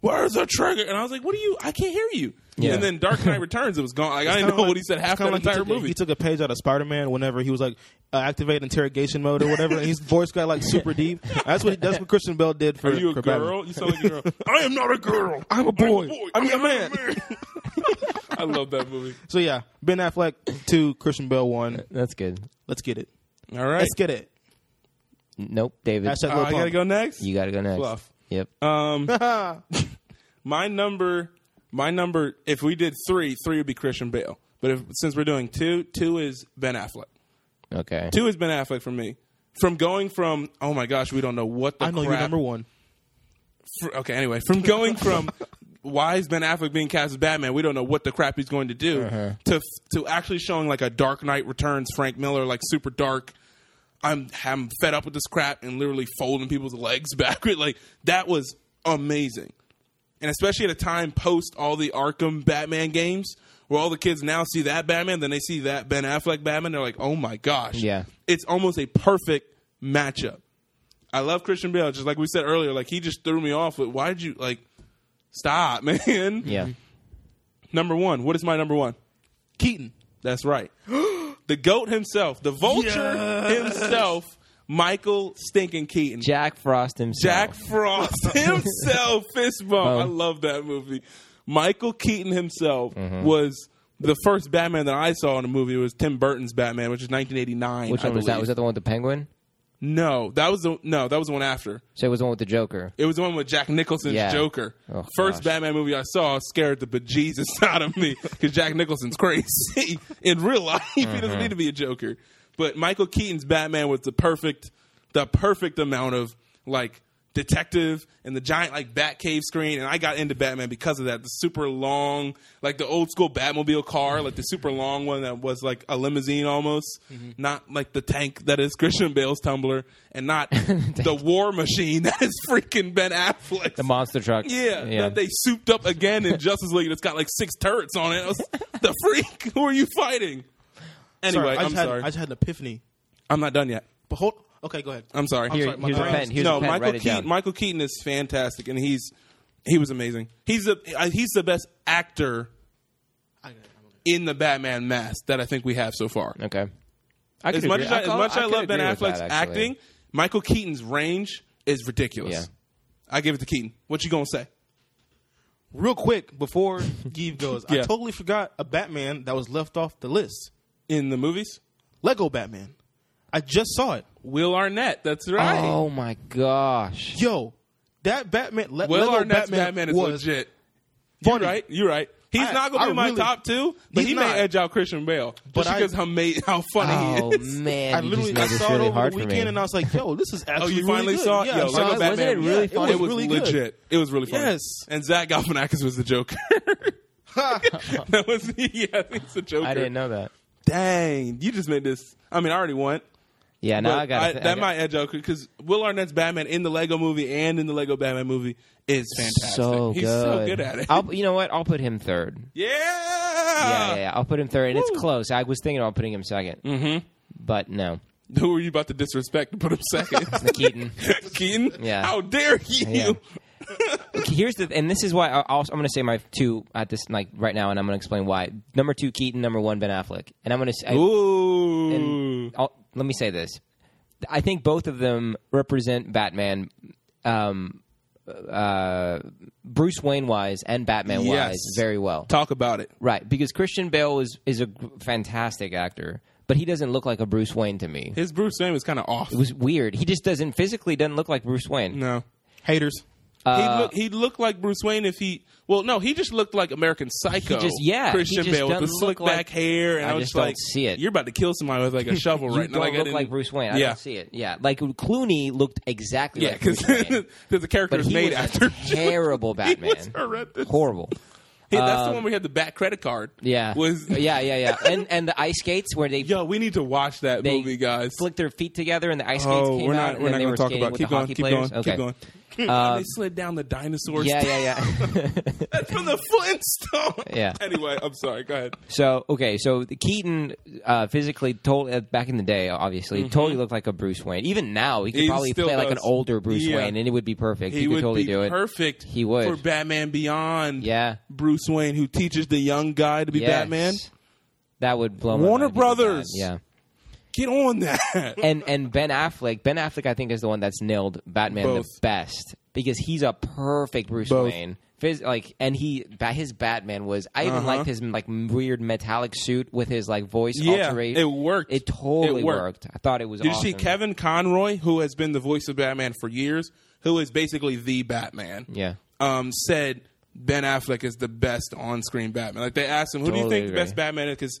S1: Where's the trigger? And I was like, "What are you? I can't hear you."
S3: Yeah.
S1: And then Dark Knight Returns, it was gone. Like I didn't know
S2: kinda like-
S1: what he said half
S2: It's
S1: the
S2: kinda
S1: entire
S2: he took, a-
S1: movie.
S2: He took a page out of Spider Man whenever he was like uh, activate interrogation mode or whatever, and
S1: [laughs]
S2: his voice got like super deep. That's what that's what Christian Bell did for.
S1: Are you a
S2: for
S1: girl? You sound like
S2: [laughs]
S1: a girl. I am not a girl.
S2: I'm a boy.
S1: I mean, a man. [laughs] I love that movie.
S2: So yeah, Ben Affleck two, Christian Bell one.
S3: That's good.
S2: Let's get it.
S1: All right.
S2: Let's get it.
S3: Nope, David.
S2: Hashtag
S1: Uh, I gotta go next.
S3: you got to go next.
S1: Fluff.
S3: Yep.
S1: Um,
S2: [laughs] go.
S1: my number, my number. If we did three, three would be Christian Bale. But if, since we're doing two, two is Ben Affleck.
S3: Okay.
S1: Two is Ben Affleck for me. From going from oh my gosh, we don't know what the
S2: I know
S1: crap.
S2: you're number one.
S1: fr- okay, anyway, from going from why is Ben Affleck being cast as Batman? We don't know what the crap he's going to do. To to actually showing like a Dark Knight Returns, Frank Miller, like super dark. I'm I'm fed up with this crap and literally folding people's legs [laughs] backward. Like that was amazing, and especially at a time post all the Arkham Batman games. Where all the kids now see that Batman, then they see that Ben Affleck Batman, they're like, "Oh my gosh!"
S3: Yeah.
S1: it's almost a perfect matchup. I love Christian Bale. Just like we said earlier, like he just threw me off with why did you like stop, [laughs] man?
S3: Yeah.
S1: Number one. What is my number one?
S2: Keaton.
S1: That's right. [gasps] the goat himself, the vulture himself, Michael Stinking Keaton.
S3: Jack Frost himself.
S1: Jack Frost
S3: [laughs]
S1: himself, fist bump. I love that movie. Michael Keaton himself
S3: Mm-hmm.
S1: was the first Batman that I saw in a movie. It was Tim Burton's Batman, which is 1989.
S3: Which
S1: I
S3: one was that?
S1: believe.
S3: Was that the one with the penguin?
S1: No, that was the no, that was the one after.
S3: So it was the one with the Joker.
S1: It was the one with Jack Nicholson's
S3: Yeah.
S1: Joker.
S3: Oh,
S1: First
S3: gosh.
S1: Batman movie I saw scared the bejesus [laughs] out of me because Jack Nicholson's crazy [laughs] in real life. He doesn't need to be a Joker. But Michael Keaton's Batman was the perfect, the perfect amount of like detective and the giant like Batcave screen. And I got into Batman because of that. The super long, like the old school Batmobile car, like the super long one that was like a limousine almost, not like the tank that is Christian Bale's tumbler, and not the war machine that is freaking Ben Affleck.
S3: The monster truck.
S1: Yeah, that they souped up again in Justice League. That's got like six turrets on it. I was- the freak, who are you fighting? Anyway,
S2: Sorry, I
S1: I'm
S2: just had,
S1: sorry.
S2: I just had an epiphany.
S1: I'm not done yet.
S2: But hold. Okay, go ahead.
S1: I'm sorry.
S3: Here-
S2: sorry, my
S3: here's a
S2: brain-
S3: pen. Here's
S1: no,
S3: a pen.
S1: Michael
S3: Write it
S1: Keaton.
S3: down.
S1: Michael Keaton is fantastic, and he's he was amazing. He's the uh, he's the best actor
S2: I got it. I'm okay.
S1: in the Batman mask that I think we have so far.
S3: okay. I
S1: As
S3: could
S1: much
S3: agree-
S1: as I,
S3: I
S1: as
S3: call-
S1: much
S3: I
S1: I
S3: could
S1: love Ben
S3: agree with
S1: Affleck's
S3: that, actually.
S1: acting, Michael Keaton's range is ridiculous.
S3: Yeah.
S1: I give it to Keaton. What you gonna say?
S2: Real
S1: [laughs]
S2: quick before Give goes, I
S1: Yeah.
S2: totally forgot a Batman that was left off the list.
S1: In the movies,
S2: Lego Batman. I just saw it.
S1: Will Arnett. That's right.
S3: Oh my gosh.
S2: Yo, that Batman. Le-
S1: Will
S2: Lego
S1: Arnett's
S2: Batman,
S1: Batman, is
S2: was
S1: legit.
S2: funny.
S1: You're right. You're right. He's
S2: I-
S1: not gonna
S2: I
S1: be in my
S2: really-
S1: top two, but
S2: He's
S1: he
S2: not.
S1: may edge out Christian Bale
S2: But
S1: just
S2: I-
S1: because how made how funny [laughs]
S3: Oh
S1: he is.
S3: man,
S2: I
S3: you
S2: literally
S3: just made
S2: I
S3: this
S2: saw
S3: really
S2: it over
S3: hard
S2: the
S3: for me.
S2: weekend and I was like, "Yo, this is actually
S1: Oh, you
S2: really
S1: finally
S2: good.
S1: saw it?
S2: Yeah,
S1: Yo,
S2: I saw
S1: Lego
S2: it.
S1: Batman.
S3: Wasn't it really
S2: Yeah,
S3: funny?
S1: It was
S2: really good.
S1: legit. It was really funny.
S2: Yes.
S1: And Zach Galifianakis was the Joker. [laughs] that was [laughs] yeah, I think it's the Joker.
S3: I didn't know that.
S1: Dang, you just made this. I mean, I already won.
S3: Yeah, now
S1: But
S3: I got
S1: I- that might edge out because Will Arnett's Batman in the Lego movie and in the Lego Batman movie is fantastic.
S3: so
S1: He's
S3: good.
S1: so good at it.
S3: I'll, you know what? I'll put him third.
S1: yeah.
S3: yeah, yeah, yeah. I'll put him third, and
S1: Uh, Woo.
S3: it's close. I was thinking about putting him 2nd mm-hmm. but no,
S1: Who are you about to disrespect to put him second?
S3: [laughs] Keaton.
S1: [laughs] Keaton?
S3: Yeah.
S1: How dare you?
S3: Yeah. Here's the, and this is why I also, I'm going to say my two at this like right now, and I'm going to explain why. Number two, Keaton. Number one, Ben Affleck. And I'm going to say,
S1: Ooh. Mm.
S3: and I'll, let me say this. I think both of them represent Batman, um, uh, Bruce Wayne wise and Batman
S1: Yes.
S3: wise very well.
S1: Talk about it.
S3: Right, because Christian Bale is is a g- fantastic actor, but he doesn't look like a Bruce Wayne to me.
S1: His Bruce Wayne was kind of off.
S3: It was weird. He just doesn't physically doesn't look like Bruce Wayne.
S1: No.
S2: Haters.
S3: Uh,
S1: he look he looked like Bruce Wayne if he well no he just looked like American Psycho
S3: He just- yeah, he
S1: Christian
S3: just
S1: Bale with the
S3: doesn't
S1: slick
S3: look like-
S1: back hair and
S3: I
S1: I was
S3: just
S1: just like
S3: don't see it.
S1: you're about to kill somebody with like a shovel
S3: [laughs] You
S1: right now
S3: don't
S1: like I
S3: look
S1: didn't-
S3: like Bruce Wayne. I
S1: yeah
S3: don't see it. Yeah, like Clooney looked exactly
S1: yeah [laughs]
S3: like
S1: because
S3: Bruce Wayne,
S1: the character
S3: but
S1: was
S3: he
S1: made
S3: was
S1: after [laughs]
S3: a terrible
S1: he
S3: Batman.
S1: was horrendous
S3: Horrible.
S1: Hey, that's the one where he had the back credit card
S3: Yeah.
S1: was
S3: [laughs] yeah, yeah, yeah. And and the ice skates where they
S1: [laughs] yo we need to watch that
S3: They
S1: movie guys
S3: flicked their feet together and the ice skates
S1: oh
S3: came
S1: we're
S3: out.
S1: not
S3: and
S1: we're
S3: then
S1: not
S3: they
S1: gonna
S3: were
S1: talk
S3: skating
S1: about
S3: with
S1: keep
S3: the
S1: going
S3: hockey
S1: keep
S3: players.
S1: going
S3: okay.
S1: keep going [laughs] they slid down the dinosaurs
S3: Um, Yeah, yeah, yeah.
S1: [laughs] that's from the Flintstones
S3: Yeah.
S1: anyway I'm sorry go ahead
S3: So okay, so the Keaton uh, physically told uh, back in the day, obviously, totally looked like a Bruce Wayne. Even now, he could
S1: Mm-hmm. He
S3: probably play
S1: still
S3: like an
S1: does.
S3: older Bruce
S1: Yeah.
S3: Wayne, and it would be perfect. He,
S1: he
S3: could
S1: would
S3: totally
S1: be
S3: do it.
S1: perfect.
S3: He would.
S1: for Batman Beyond.
S3: Yeah,
S1: Bruce Wayne, who teaches the young guy to be
S3: Yes.
S1: Batman.
S3: That would blow my
S1: Warner
S3: mind if it was
S1: Brothers.
S3: that. Yeah,
S1: Get on that.
S3: and and Ben Affleck. Ben Affleck, I think, is the one that's nailed Batman the
S1: Both.
S3: best because he's a perfect Bruce
S1: Both.
S3: Wayne. Phys- like, and he ba- his Batman was. I even
S1: Uh-huh.
S3: liked his like weird metallic suit with his like voice
S1: yeah,
S3: alteration.
S1: it worked.
S3: It totally
S1: It
S3: worked.
S1: worked.
S3: I thought it
S1: [laughs]
S3: was.
S1: Did you
S3: awesome.
S1: see Kevin Conroy, who has been the voice of Batman for years, who is basically the Batman?
S3: Yeah.
S1: um, said Ben Affleck is the best on-screen Batman. Like they asked him, "Who do you
S3: Totally
S1: think
S3: agree.
S1: the best Batman is?" Because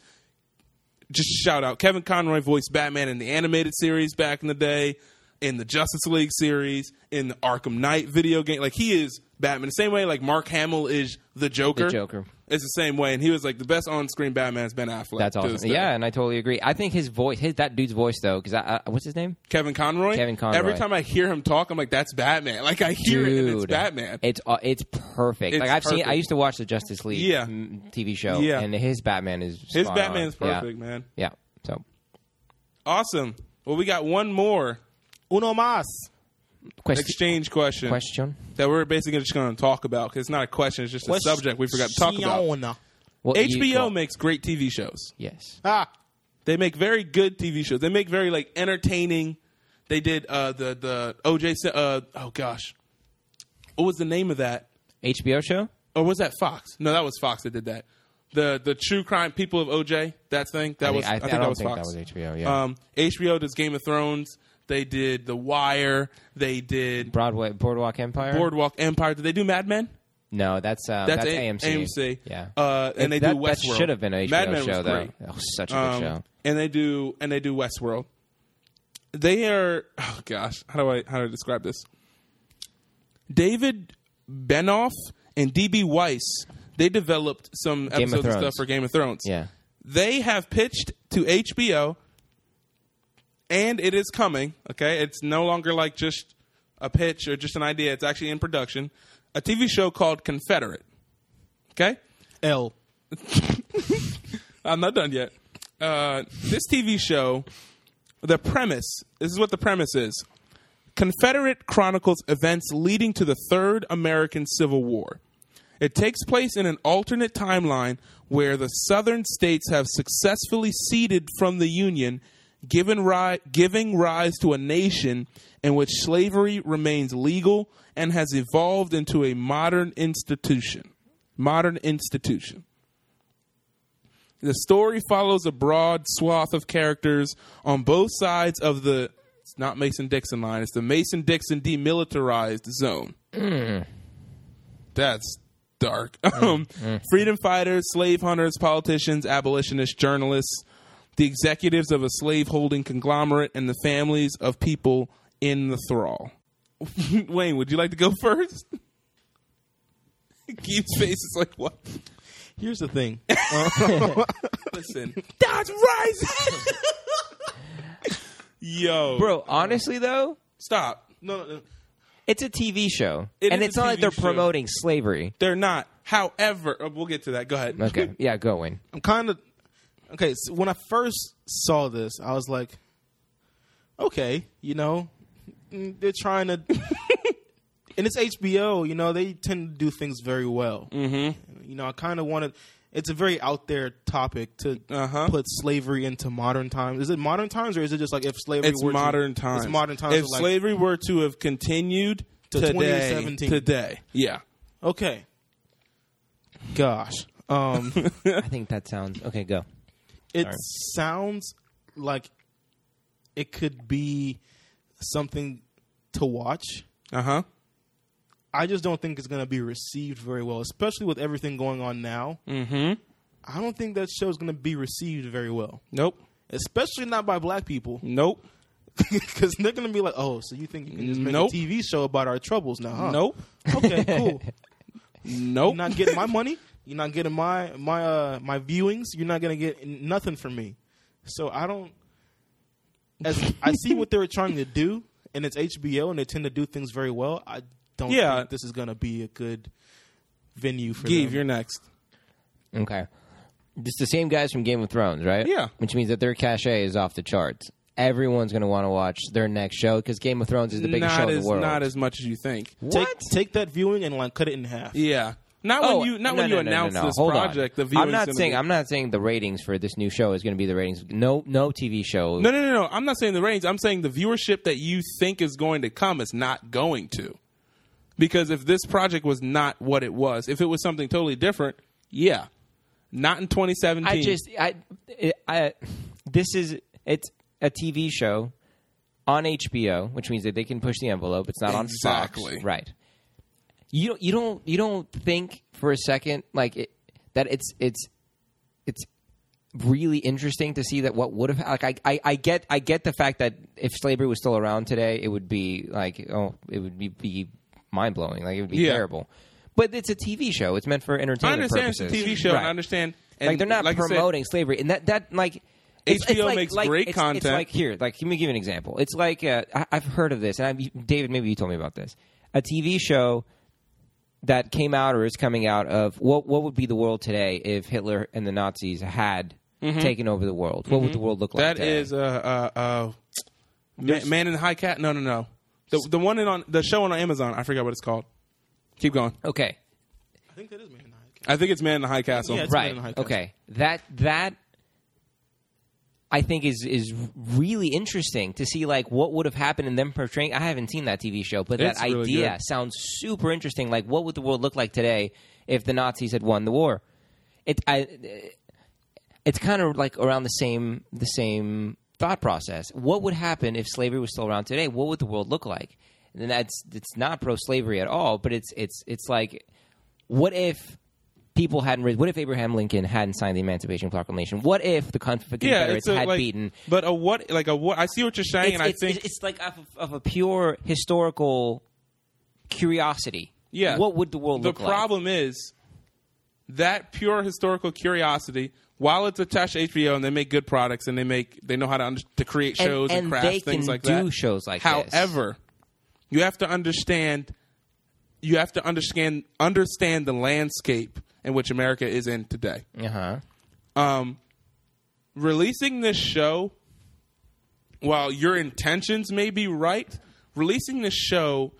S1: just shout out Kevin Conroy voiced Batman in the animated series back in the day, in the Justice League series, in the Arkham Knight video game. Like he is Batman. The same way like Mark Hamill is the Joker.
S3: The Joker.
S1: It's the same way, and he was like the best on-screen Batman is Ben Affleck.
S3: That's
S1: to this
S3: awesome.
S1: day.
S3: Yeah, and I totally agree. I think his voice, his that dude's voice though, because I, I, what's his name?
S1: Kevin Conroy.
S3: Kevin Conroy.
S1: Every time I hear him talk, I'm like, "That's Batman." Like I hear it, and it's Batman.
S3: It's uh, it's perfect.
S1: It's
S3: like I've seen. I
S1: perfect.
S3: used to watch the Justice League
S1: Yeah.
S3: mm, TV show.
S1: Yeah.
S3: and his Batman is
S1: His
S3: spot
S1: Batman
S3: on.
S1: is perfect, man.
S3: Yeah. yeah. So
S1: Awesome. Well, we got one more
S2: Uno más.
S3: question.
S1: exchange question.
S3: question.
S1: that we're basically just going to talk about because it's not a question; it's just a subject we forgot to talk about.
S2: Siona.
S3: What you
S1: HBO
S3: call-
S1: makes great TV shows.
S3: Yes.
S2: Ah,
S1: They make very good TV shows. They make very like entertaining. They did uh, the the OJ. Sim- Uh, oh gosh, what was the name of that?
S3: HBO show.
S1: Or was that Fox? No, that was Fox that did that. The the true crime people of OJ. That thing. That
S3: I
S1: was.
S3: think, I,
S1: I think
S3: don't
S1: that was
S3: think
S1: Fox.
S3: that was HBO. Yeah.
S1: Um, HBO does Game of Thrones. They did The Wire. They did
S3: Broadway Boardwalk Empire.
S1: Boardwalk Empire. Did they do Mad Men?
S3: no, that's uh, that's,
S1: That's A-
S3: AMC.
S1: AMC.
S3: Yeah.
S1: Uh, and they
S3: that,
S1: do
S3: That
S1: Westworld.
S3: should have been an HBO
S1: Mad Men was
S3: show though.
S1: great.
S3: Oh, such a good
S1: Um,
S3: show.
S1: And they do and they do Westworld. They are oh gosh, how do I how do I describe this? David Benoff and DB Weiss, they developed some
S3: of
S1: episodes and stuff
S3: Thrones.
S1: for Game of Thrones.
S3: Yeah.
S1: They have pitched to HBO and it is coming, okay? It's no longer like just a pitch or just an idea. It's actually in production. A TV show called Confederate. Okay?
S2: L.
S1: I'm not done yet. Uh, this TV show, the premise this is what the premise is Confederate chronicles events leading to the Third American Civil War. It takes place in an alternate timeline where the Southern states have successfully seceded from the Union, given ri- giving rise to a nation in which slavery remains legal and has evolved into a modern institution. Modern institution. The story follows a broad swath of characters on both sides of the it's not Mason Dixon line, it's the Mason Dixon demilitarized zone. That's dark. [laughs] Um, Freedom fighters, slave hunters, politicians, abolitionists, journalists, the executives of a slaveholding conglomerate, and the families of people in the thrall. [laughs] Wayne, would you like to go [laughs] first? Keith's face is like, what?
S2: Here's
S1: [laughs]
S2: the thing.
S1: Listen, that's rising. Yo,
S3: Bro, honestly though,
S1: stop.
S2: no, no, no.
S3: it's a TV show,
S1: It
S3: and
S1: is
S3: it's
S1: a
S3: not like
S1: TV
S3: they're
S1: show.
S3: promoting slavery.
S1: They're not. However, oh, we'll get to that. Go ahead. [laughs]
S3: Okay, yeah, go Wayne.
S2: I'm kind of okay. So when I first saw this, I was like, okay, you know, mm, they're
S1: [laughs]
S2: trying to, and it's HBO. You know, they tend to do things very well. Mm-hmm. You know, I kind of wanted. It's a very out there topic to
S1: Uh-huh.
S2: put slavery into modern times. Is it modern times or is it just like if slavery?
S1: It's
S2: were to-
S1: modern times.
S2: It's modern times.
S1: If
S2: like,
S1: slavery were to have continued
S2: To
S1: today,
S2: 2017.
S1: today, yeah,
S2: okay, gosh,
S1: [laughs]
S2: um,
S3: I think that sounds okay. Go.
S2: It sounds like it could be something to watch.
S1: uh huh,
S2: I just don't think it's going to be received very well, especially with everything going on now. Mm-hmm. I don't think that show is going to be received very well,
S1: nope,
S2: especially not by black people, [laughs]
S1: nope,
S2: because they're going to be like, "Oh, so you think you can just make
S1: Nope.
S2: a TV show about our troubles now?" Huh?
S1: nope, [laughs]
S2: Okay, cool.
S1: nope.
S2: You're not
S1: [laughs]
S2: getting my money. You're not getting my my uh, my viewings. You're not gonna get nothing from me. So I don't. As I see what they were trying to do, and it's HBO, and they tend to do things very well. I don't
S1: Yeah.
S2: think this is gonna be a good venue for
S1: Give,
S2: them.
S1: you're next.
S3: Okay. It's the same guys from Game of Thrones, right?
S1: Yeah.
S3: Which means that their cachet is off the charts. Everyone's going to want to watch their next show because Game of Thrones is the biggest
S1: not
S3: show in
S1: as
S3: the world.
S1: not as much as you think.
S2: take
S3: What?
S2: take that viewing and like cut it in half.
S1: Yeah, not
S3: Oh,
S1: when you not
S3: no,
S1: when
S3: no,
S1: you
S3: no,
S1: announce
S3: no, no.
S1: this
S3: Hold on.
S1: project. The
S3: I'm
S1: viewing's
S3: not
S1: gonna
S3: saying
S1: be-
S3: I'm not saying the ratings for this new show is going to be the ratings. No, no TV show.
S1: No, no, no, no. I'm not saying the range. I'm saying the viewership that you think is going to come is not going to. Because if this project was not what it was, if it was something totally different, yeah. Not in 2017.
S3: I just I it, I this is it's a TV show on HBO, which means that they can push the envelope. It's not on
S1: Exactly.
S3: Fox, right? You don't- you don't you don't think for a second like it, that it's it's it's really interesting to see that what would have like I, I I get I get the fact that if slavery was still around today, it would be like oh it would be, be mind blowing like it would be
S1: Yeah.
S3: terrible. But it's a TV show. It's meant for
S1: I
S3: entertainment.
S1: understand it's
S3: purposes.
S1: a TV show. and
S3: Right
S1: I understand. And
S3: like they're not
S1: I said,
S3: promoting slavery, and that that like it's- it's
S1: HBO
S3: like-
S1: makes
S3: like-
S1: great
S3: it's- It's
S1: content.
S3: like here, like let me give you an example. It's like uh, I, I've heard of this, and I've, David, maybe you told me about this. A TV show that came out or is coming out of what what would be the world today if Hitler and the Nazis had taken over the world? What would the world look like?
S1: Mm-hmm. That
S3: today?
S1: is uh, uh, uh, Ma- Man in the High Cat. No, no, no. The, the one in on the show on Amazon. I forgot what it's called. Keep going.
S3: okay,
S2: I think that is Man in the High Castle.
S1: I think it's Man in the High Castle.
S2: Yeah, it's-
S3: right?
S2: been on Highcast.
S3: Okay, that that. I think is is really interesting to see like what would have happened in them portraying. I haven't seen that TV show, but
S1: It's
S3: that
S1: really
S3: idea
S1: good.
S3: sounds super interesting. Like, what would the world look like today if the Nazis had won the war? It I, it's kind of like around the same the same thought process. What would happen if slavery was still around today? What would the world look like? And that's it's not pro slavery at all, but it's it's it's like what if people hadn't re- what if Abraham Lincoln hadn't signed the Emancipation Proclamation? What if the Con-
S1: yeah,
S3: Confederates
S1: it's a,
S3: had
S1: like,
S3: beaten?
S1: but a what? Like a what? I see what you're saying,
S3: It's,
S1: and I
S3: it's,
S1: think
S3: it's, it's like of, of a pure historical curiosity.
S1: Yeah.
S3: what would the world
S1: the
S3: look like?
S1: problem is that pure historical curiosity while it's attached to hbo and they make good products and they make they know how to under, to create
S3: And-
S1: shows and,
S3: and
S1: craft
S3: they
S1: things
S3: can
S1: like
S3: do
S1: that
S3: shows like this.
S1: however you have to understand you have to understand understand the landscape in which america is in today
S3: Uh huh.
S1: um, releasing this show, while your intentions may be right, releasing this show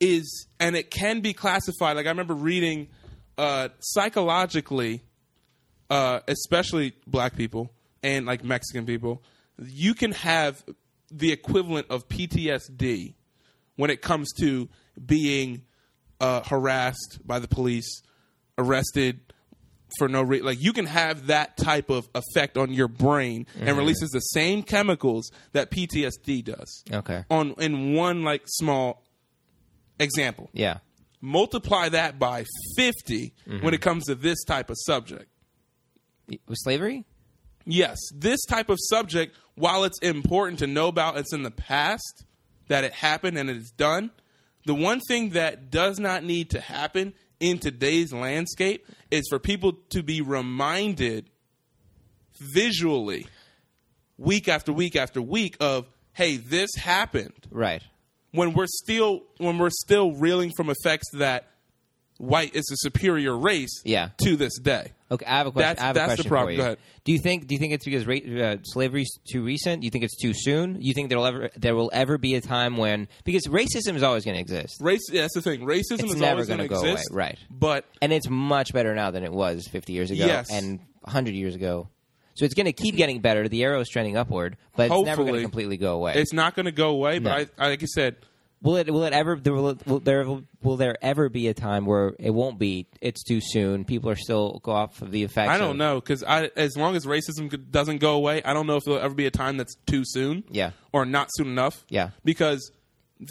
S1: is, and it can be classified. Like I remember reading, uh, psychologically, uh, especially black people and like Mexican people, you can have the equivalent of PTSD when it comes to being uh, harassed by the police, arrested for no reason. Like you can have that type of effect on your brain and releases the same chemicals that PTSD does.
S3: Okay.
S1: On in one like small example.
S3: Yeah.
S1: multiply that by 50 when it comes to this type of subject.
S3: With slavery?
S1: Yes, this type of subject, while it's important to know about, it's in the past that it happened and it's done. The one thing that does not need to happen in today's landscape is for people to be reminded visually week after week after week of hey this happened
S3: Right.
S1: when we're still when we're still reeling from effects that white is a superior race
S3: Yeah.
S1: to this day
S3: Okay, I have a question.
S1: That's-
S3: I have a
S1: that's the
S3: question
S1: problem.
S3: for you.
S1: Go ahead.
S3: Do you think do you think it's because ra- uh, slavery's too recent? You think it's too soon? You think there'll ever there will ever be a time when because racism is always going to exist.
S1: race yeah, that's the thing racism
S3: It's
S1: is
S3: never
S1: always going to
S3: gonna go
S1: exist
S3: away, right.
S1: but
S3: And it's much better now than it was 50 years ago
S1: Yes.
S3: and 100 years ago. So it's going to keep getting better. The arrow is trending upward, but it's never going
S1: Hopefully.
S3: to completely go away.
S1: it's not going to go away but I, I like i said
S3: Will it? Will it ever? there Will, will there? Will there ever be a time where it won't be? It's too soon. People are still go off of the effects.
S1: i don't
S3: of-
S1: know because I, as long as racism g- doesn't go away i don't know if there'll ever be a time that's too soon
S3: Yeah.
S1: or not soon enough
S3: Yeah.
S1: because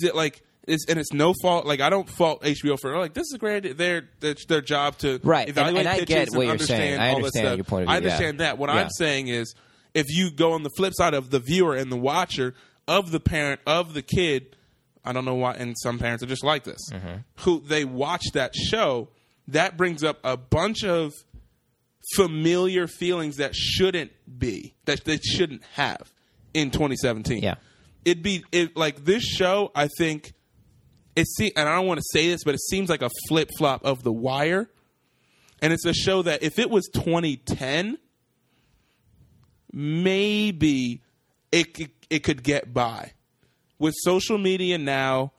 S1: th- like it's, and it's no fault. Like I don't fault HBO for like this is great. Their their, their job to
S3: Right, and-
S1: evaluate
S3: and I
S1: pitches
S3: get
S1: and
S3: what you're
S1: understand
S3: saying.
S1: all
S3: I
S1: this
S3: understand
S1: stuff.
S3: your point of view,
S1: I understand
S3: yeah.
S1: that. What
S3: Yeah.
S1: I'm saying is, if you go on the flip side of the viewer and the watcher of the parent of the kid, I don't know why. And some parents are just like this.
S3: Mm-hmm.
S1: Who they watch that show that brings up a bunch of familiar feelings that shouldn't be that they shouldn't have in 2017.
S3: Yeah.
S1: It'd be it, like this show. I think it see, and I don't want to say this, but it seems like a flip flop of The Wire, and it's a show that if it was 2010, maybe it c- it could get by with social media now,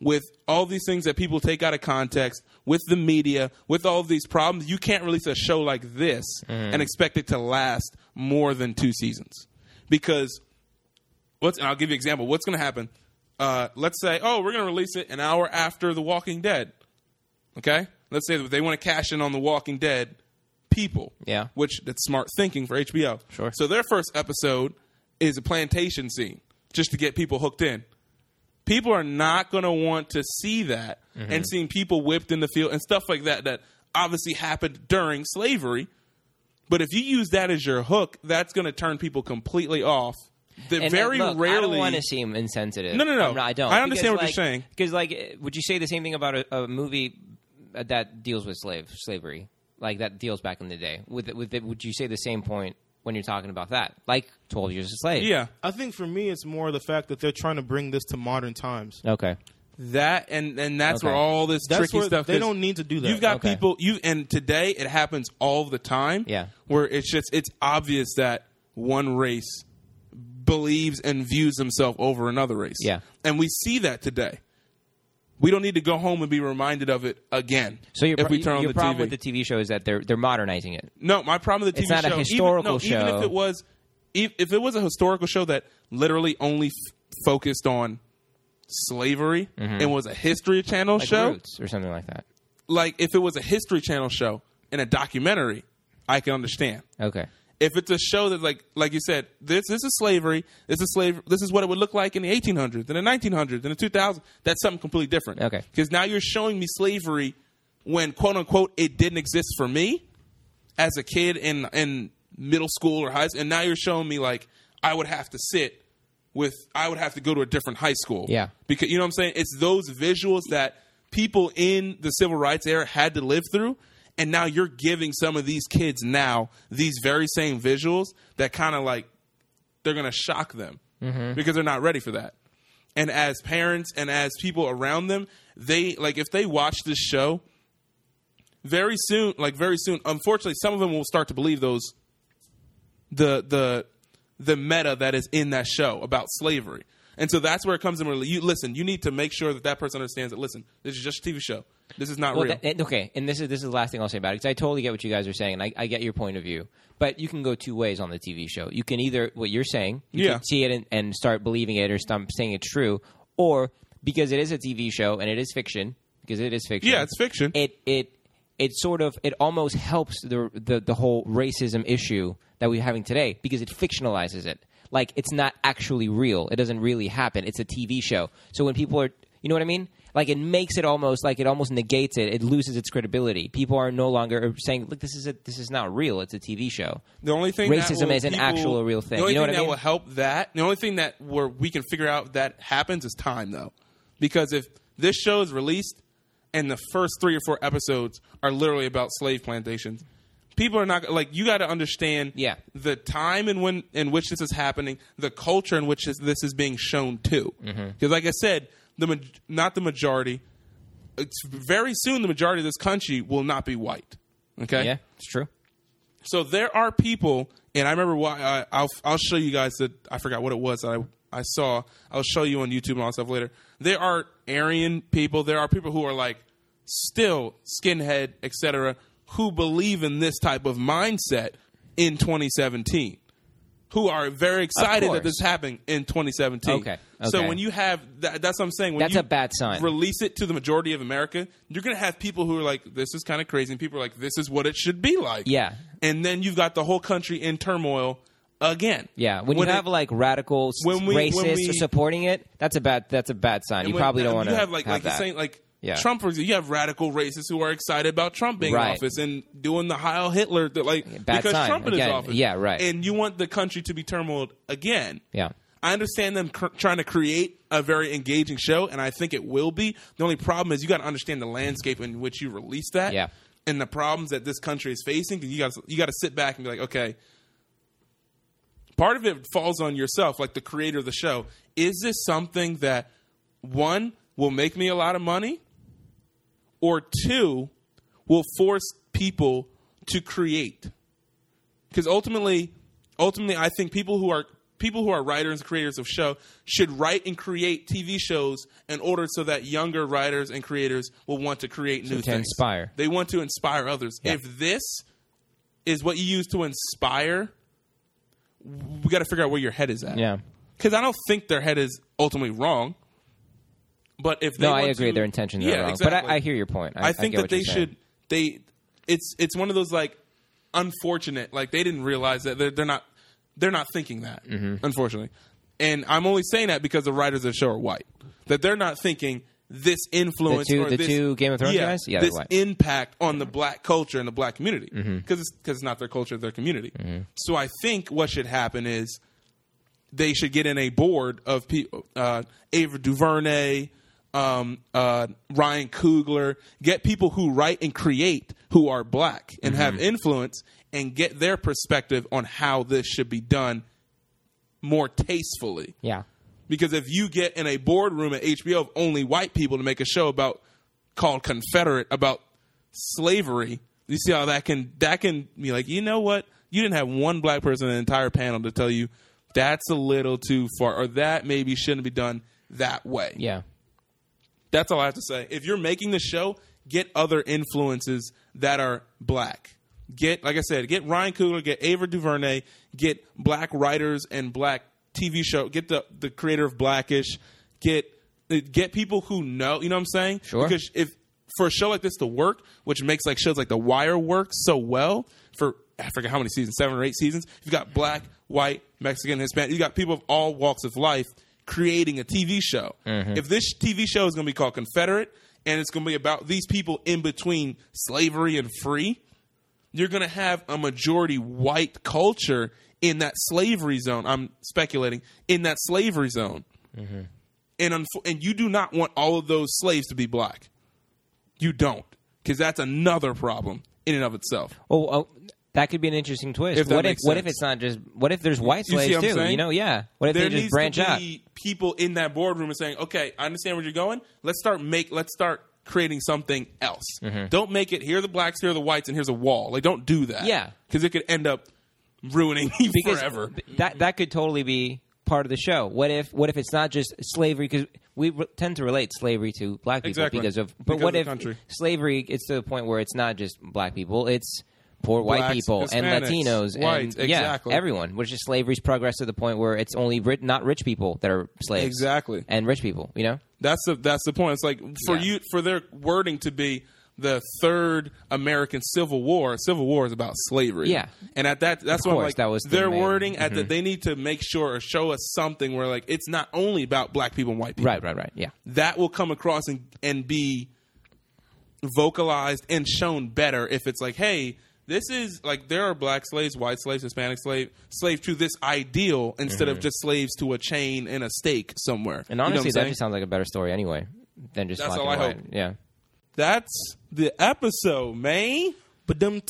S1: with all these things that people take out of context, with the media, with all of these problems, you can't release a show like this and expect it to last more than two seasons. Because what's and I'll give you an example. What's going to happen? Uh, let's say, oh, we're going to release it an hour after The Walking Dead. Okay, let's say that they want to cash in on The Walking Dead people.
S3: Yeah.
S1: which that's smart thinking for HBO.
S3: Sure.
S1: So their first episode is a plantation scene just to get people hooked in people are not going to want to see that
S3: Mm-hmm.
S1: and seeing people whipped in the field and stuff like that that obviously happened during slavery but if you use that as your hook that's going to turn people completely off that
S3: And, uh,
S1: very
S3: look,
S1: rarely
S3: I don't want to seem insensitive.
S1: No, no, no.
S3: I'm not- I don't.
S1: I understand what
S3: Because,
S1: you're
S3: like-
S1: saying.
S3: Because, like, uh, would you say the same thing about a, a movie uh, that deals with slave slavery, like that deals back in the day? With with it, would you say the same point when you're talking about that, like Twelve Years a Slave?
S1: yeah
S2: I think for me, it's more the fact that they're trying to bring this to modern times.
S3: Okay.
S1: that and and that's
S3: Okay.
S1: where all this
S2: That's
S1: tricky
S2: where
S1: stuff
S2: they
S1: 'cause
S2: don't need to do that.
S1: you've got
S3: Okay.
S1: people you and today it happens all the time
S3: Yeah.
S1: where it's just it's obvious that one race believes and views himself over another race
S3: Yeah.
S1: and we see that today we don't need to go home and be reminded of it again
S3: So your,
S1: if
S3: pro-
S1: we turn on
S3: your
S1: the
S3: problem
S1: tv
S3: with the TV show is that they're they're modernizing it.
S1: no my problem with the tv
S3: It's not a
S1: show even-
S3: historical
S1: no, even,
S3: show.
S1: if it was if, if it was a historical show that literally only f- focused on slavery and was a history channel
S3: Mm-hmm. Like
S1: show
S3: Roots or something like that.
S1: like if it was a history channel show and a documentary i can understand
S3: Okay.
S1: if it's a show that like like you said this this is slavery this is slave this is what it would look like in the 1800s in the 1900s in the 2000s that's something completely different
S3: Okay.
S1: because now you're showing me slavery when quote unquote it didn't exist for me as a kid in in middle school or high school and now you're showing me like i would have to sit with i would have to go to a different high school
S3: Yeah.
S1: because you know what i'm saying it's those visuals that people in the civil rights era had to live through and now you're giving some of these kids now these very same visuals that kind of like they're going to shock them because they're not ready for that. And as parents and as people around them, they like if they watch this show very soon, like very soon, unfortunately some of them will start to believe those the the the meta that is in that show about slavery. And so that's where it comes in. Where you listen, you need to make sure that that person understands that. Listen, this is just a TV show. This is not
S3: Well,
S1: real.
S3: that- and- okay, and this is this is the last thing I'll say about it because I totally get what you guys are saying, and I, I get your point of view. But you can go two ways on the TV show. You can either what you're saying, you
S1: Yeah.
S3: can see it and, and start believing it or stop saying it's true, or because it is a TV show and it is fiction, because it is fiction.
S1: yeah, it's fiction.
S3: It it it sort of it almost helps the the, the whole racism issue that we're having today because it fictionalizes it. Like it's not actually real. It doesn't really happen. It's a TV show. So when people are, you know what I mean? like it makes it almost like it almost negates it. It loses its credibility. People are no longer saying, "Look, this is a, this is not real. It's a TV show."
S1: The only thing that
S3: Racism
S1: will
S3: is an
S1: people-
S3: actual real thing.
S1: The only
S3: You know
S1: thing
S3: what I
S1: that
S3: mean?
S1: will help that. The only thing that where we can figure out that happens is time, though, because if this show is released and the first three or four episodes are literally about slave plantations, people are not like you. Got to understand,
S3: Yeah.
S1: the time in when in which this is happening, the culture in which this, this is being shown too. Because,
S3: Mm-hmm.
S1: like I said, the ma- not the majority. It's very soon the majority of this country will not be white. Okay,
S3: Yeah, it's true.
S1: so there are people, and I remember why I, I'll I'll show you guys that I forgot what it was that I I saw. I'll show you on YouTube and all that stuff later. There are Aryan people. There are people who are like still skinhead, etc., who believe in this type of mindset in 2017. Who are very excited
S3: course.
S1: that this is happening in 2017?
S3: Okay,
S1: So
S3: okay.
S1: when you have that, that's what I'm saying. When
S3: That's
S1: you
S3: a bad sign.
S1: Release it to the majority of America. You're going to have people who are like, "This is kind of crazy," and people are like, "This is what it should be like."
S3: Yeah.
S1: and then you've got the whole country in turmoil again.
S3: Yeah, when, you
S1: it-
S3: have like radical s-
S1: when we- when
S3: racists
S1: we-
S3: supporting it, that's a bad that's a bad sign. You
S1: when-
S3: probably don't
S1: you
S3: want to
S1: have like like
S3: that.
S1: the same like
S3: Yeah.
S1: Trump for example. You have radical racists who are excited about Trump being in
S3: Right.
S1: office and doing the Heil Hitler that like
S3: bad
S1: because
S3: sign.
S1: Trump in his
S3: Again,
S1: office.
S3: yeah, right.
S1: And you want the country to be turmoiled again.
S3: yeah.
S1: I understand them cr- trying to create a very engaging show, and I think it will be. The only problem is you got to understand the landscape in which you release that,
S3: Yeah.
S1: and the problems that this country is facing. 'cause You got you got to sit back and be like, okay. Part of it falls on yourself, like the creator of the show. Is this something that one will make me a lot of money, or two will force people to create? because ultimately, ultimately, I think people who are people who are writers and creators of show should write and create TV shows in order so that younger writers and creators will want to create new
S3: to
S1: things.
S3: inspire.
S1: They want to inspire others.
S3: Yeah.
S1: If this is what you use to inspire, we got to figure out where your head is at.
S3: Yeah.
S1: because I don't think their head is ultimately wrong. But if they
S3: No, I
S1: want
S3: agree.
S1: to-
S3: their intentions
S1: yeah,
S3: are wrong,
S1: exactly.
S3: but I, I hear your point. I,
S1: I think
S3: get
S1: that
S3: what
S1: they
S3: you're saying.
S1: should they it's it's one of those like unfortunate like they didn't realize that they're, they're not they're not thinking that
S3: Mm-hmm.
S1: unfortunately and I'm only saying that because the writers of the show are white that they're not thinking this influence
S3: two-
S1: or
S3: the
S1: this,
S3: two Game of Thrones
S1: yeah,
S3: guys? Yeah, they're
S1: this
S3: white. Mm-hmm.
S1: impact on the black culture and the black community because it's because it's not their culture their community so I think what should happen is they should get in a board of people, uh, Ava DuVernay, um, uh, Ryan Coogler, get people who write and create who are black and have influence, and get their perspective on how this should be done more tastefully.
S3: Yeah.
S1: Because if you get in a boardroom at HBO of only white people to make a show about called Confederate about slavery, you see how that can that can be like, you know what? You didn't have one black person in the entire panel to tell you that's a little too far or that maybe shouldn't be done that way.
S3: Yeah.
S1: That's all I have to say. If you're making the show, get other influences that are black. Get, like I said, get Ryan Coogler, get Ava DuVernay, get black writers and black TV show. Get the the creator of Blackish. Get get people who know. You know what I'm saying?
S3: Sure.
S1: Because if for a show like this to work, which makes like shows like The Wire work so well for I forget how many seasons, seven or eight seasons. You've got black, white, Mexican, Hispanic. You got people of all walks of life creating a TV show. If this TV show is going to be called Confederate and it's going to be about these people in between slavery and free, you're going to have a majority white culture in that slavery zone. I'm speculating in that slavery zone, and unf- and you do not want all of those slaves to be black. You don't, because that's another problem in and of itself.
S3: Oh, oh, that could be an interesting twist.
S1: If that
S3: what
S1: makes
S3: if what if
S1: sense.
S3: it's not just what if there's white
S1: You see
S3: slaves
S1: what I'm
S3: too? You
S1: saying?
S3: know, yeah. What if
S1: there
S3: they
S1: needs
S3: just branch
S1: to
S3: out?
S1: be people in that boardroom and saying, "Okay, I understand where you're going. Let's start make. Let's start creating something else.
S3: Mm-hmm.
S1: Don't make it here. Are the blacks, here are the whites, and here's a wall. Like, don't do that.
S3: Yeah.
S1: because it could end up ruining [laughs] forever.
S3: That that could totally be part of the show. What if what if it's not just slavery? Because we re- tend to relate slavery to black people
S1: Exactly.
S3: because of. But
S1: Because
S3: what
S1: of the
S3: if
S1: country.
S3: slavery? It's to the point where it's not just black people. It's poor white
S1: Blacks,
S3: people and
S1: Hispanics,
S3: Latinos
S1: whites,
S3: and yeah,
S1: exactly.
S3: everyone. Which is slavery's progress to the point where it's only ri- not rich people that are slaves.
S1: Exactly.
S3: and rich people. You know.
S1: That's the that's the point. It's like for
S3: Yeah.
S1: you for their wording to be the third American Civil War. Civil War is about slavery.
S3: Yeah.
S1: and at that, that's
S3: Of
S1: why I'm
S3: course,
S1: like
S3: that was the
S1: their
S3: main- Mm-hmm.
S1: wording. At that, they need to make sure or show us something where like it's not only about black people and white people.
S3: Right, right, right. Yeah.
S1: That will come across and and be vocalized and shown better if it's like, hey, this is like there are black slaves, white slaves, Hispanic slave, slave to this ideal instead of just slaves to a chain and a stake somewhere.
S3: Mm-hmm. And
S1: You know what
S3: honestly,
S1: I'm
S3: that
S1: saying?
S3: just sounds like a better story anyway than just
S1: That's
S3: black
S1: all
S3: and
S1: I
S3: white.
S1: hope.
S3: Yeah.
S1: that's the episode, man.
S2: But them.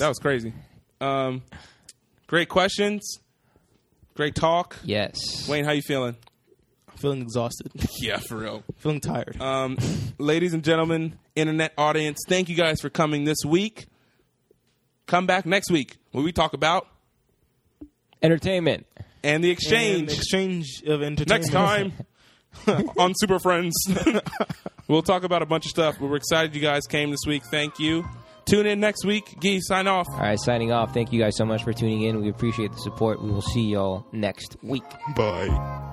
S1: That was crazy. Um, great questions, great talk.
S3: Yes.
S1: Wayne, how you feeling?
S2: I'm feeling exhausted. [laughs]
S1: Yeah, for real.
S2: feeling tired.
S1: Um, ladies and gentlemen, internet audience, thank you guys for coming this week. Come back next week when we talk about
S3: Entertainment.
S1: and the
S2: And
S1: exchange.
S2: exchange of
S1: [laughs]
S2: entertainment.
S1: next time [laughs] on Super Friends. [laughs] we'll talk about a bunch of stuff. We're excited you guys came this week. Thank you. Tune in next week. Gee, sign off.
S3: All right, signing off. Thank you guys so much for tuning in. We appreciate the support. We will see y'all next week.
S1: Bye.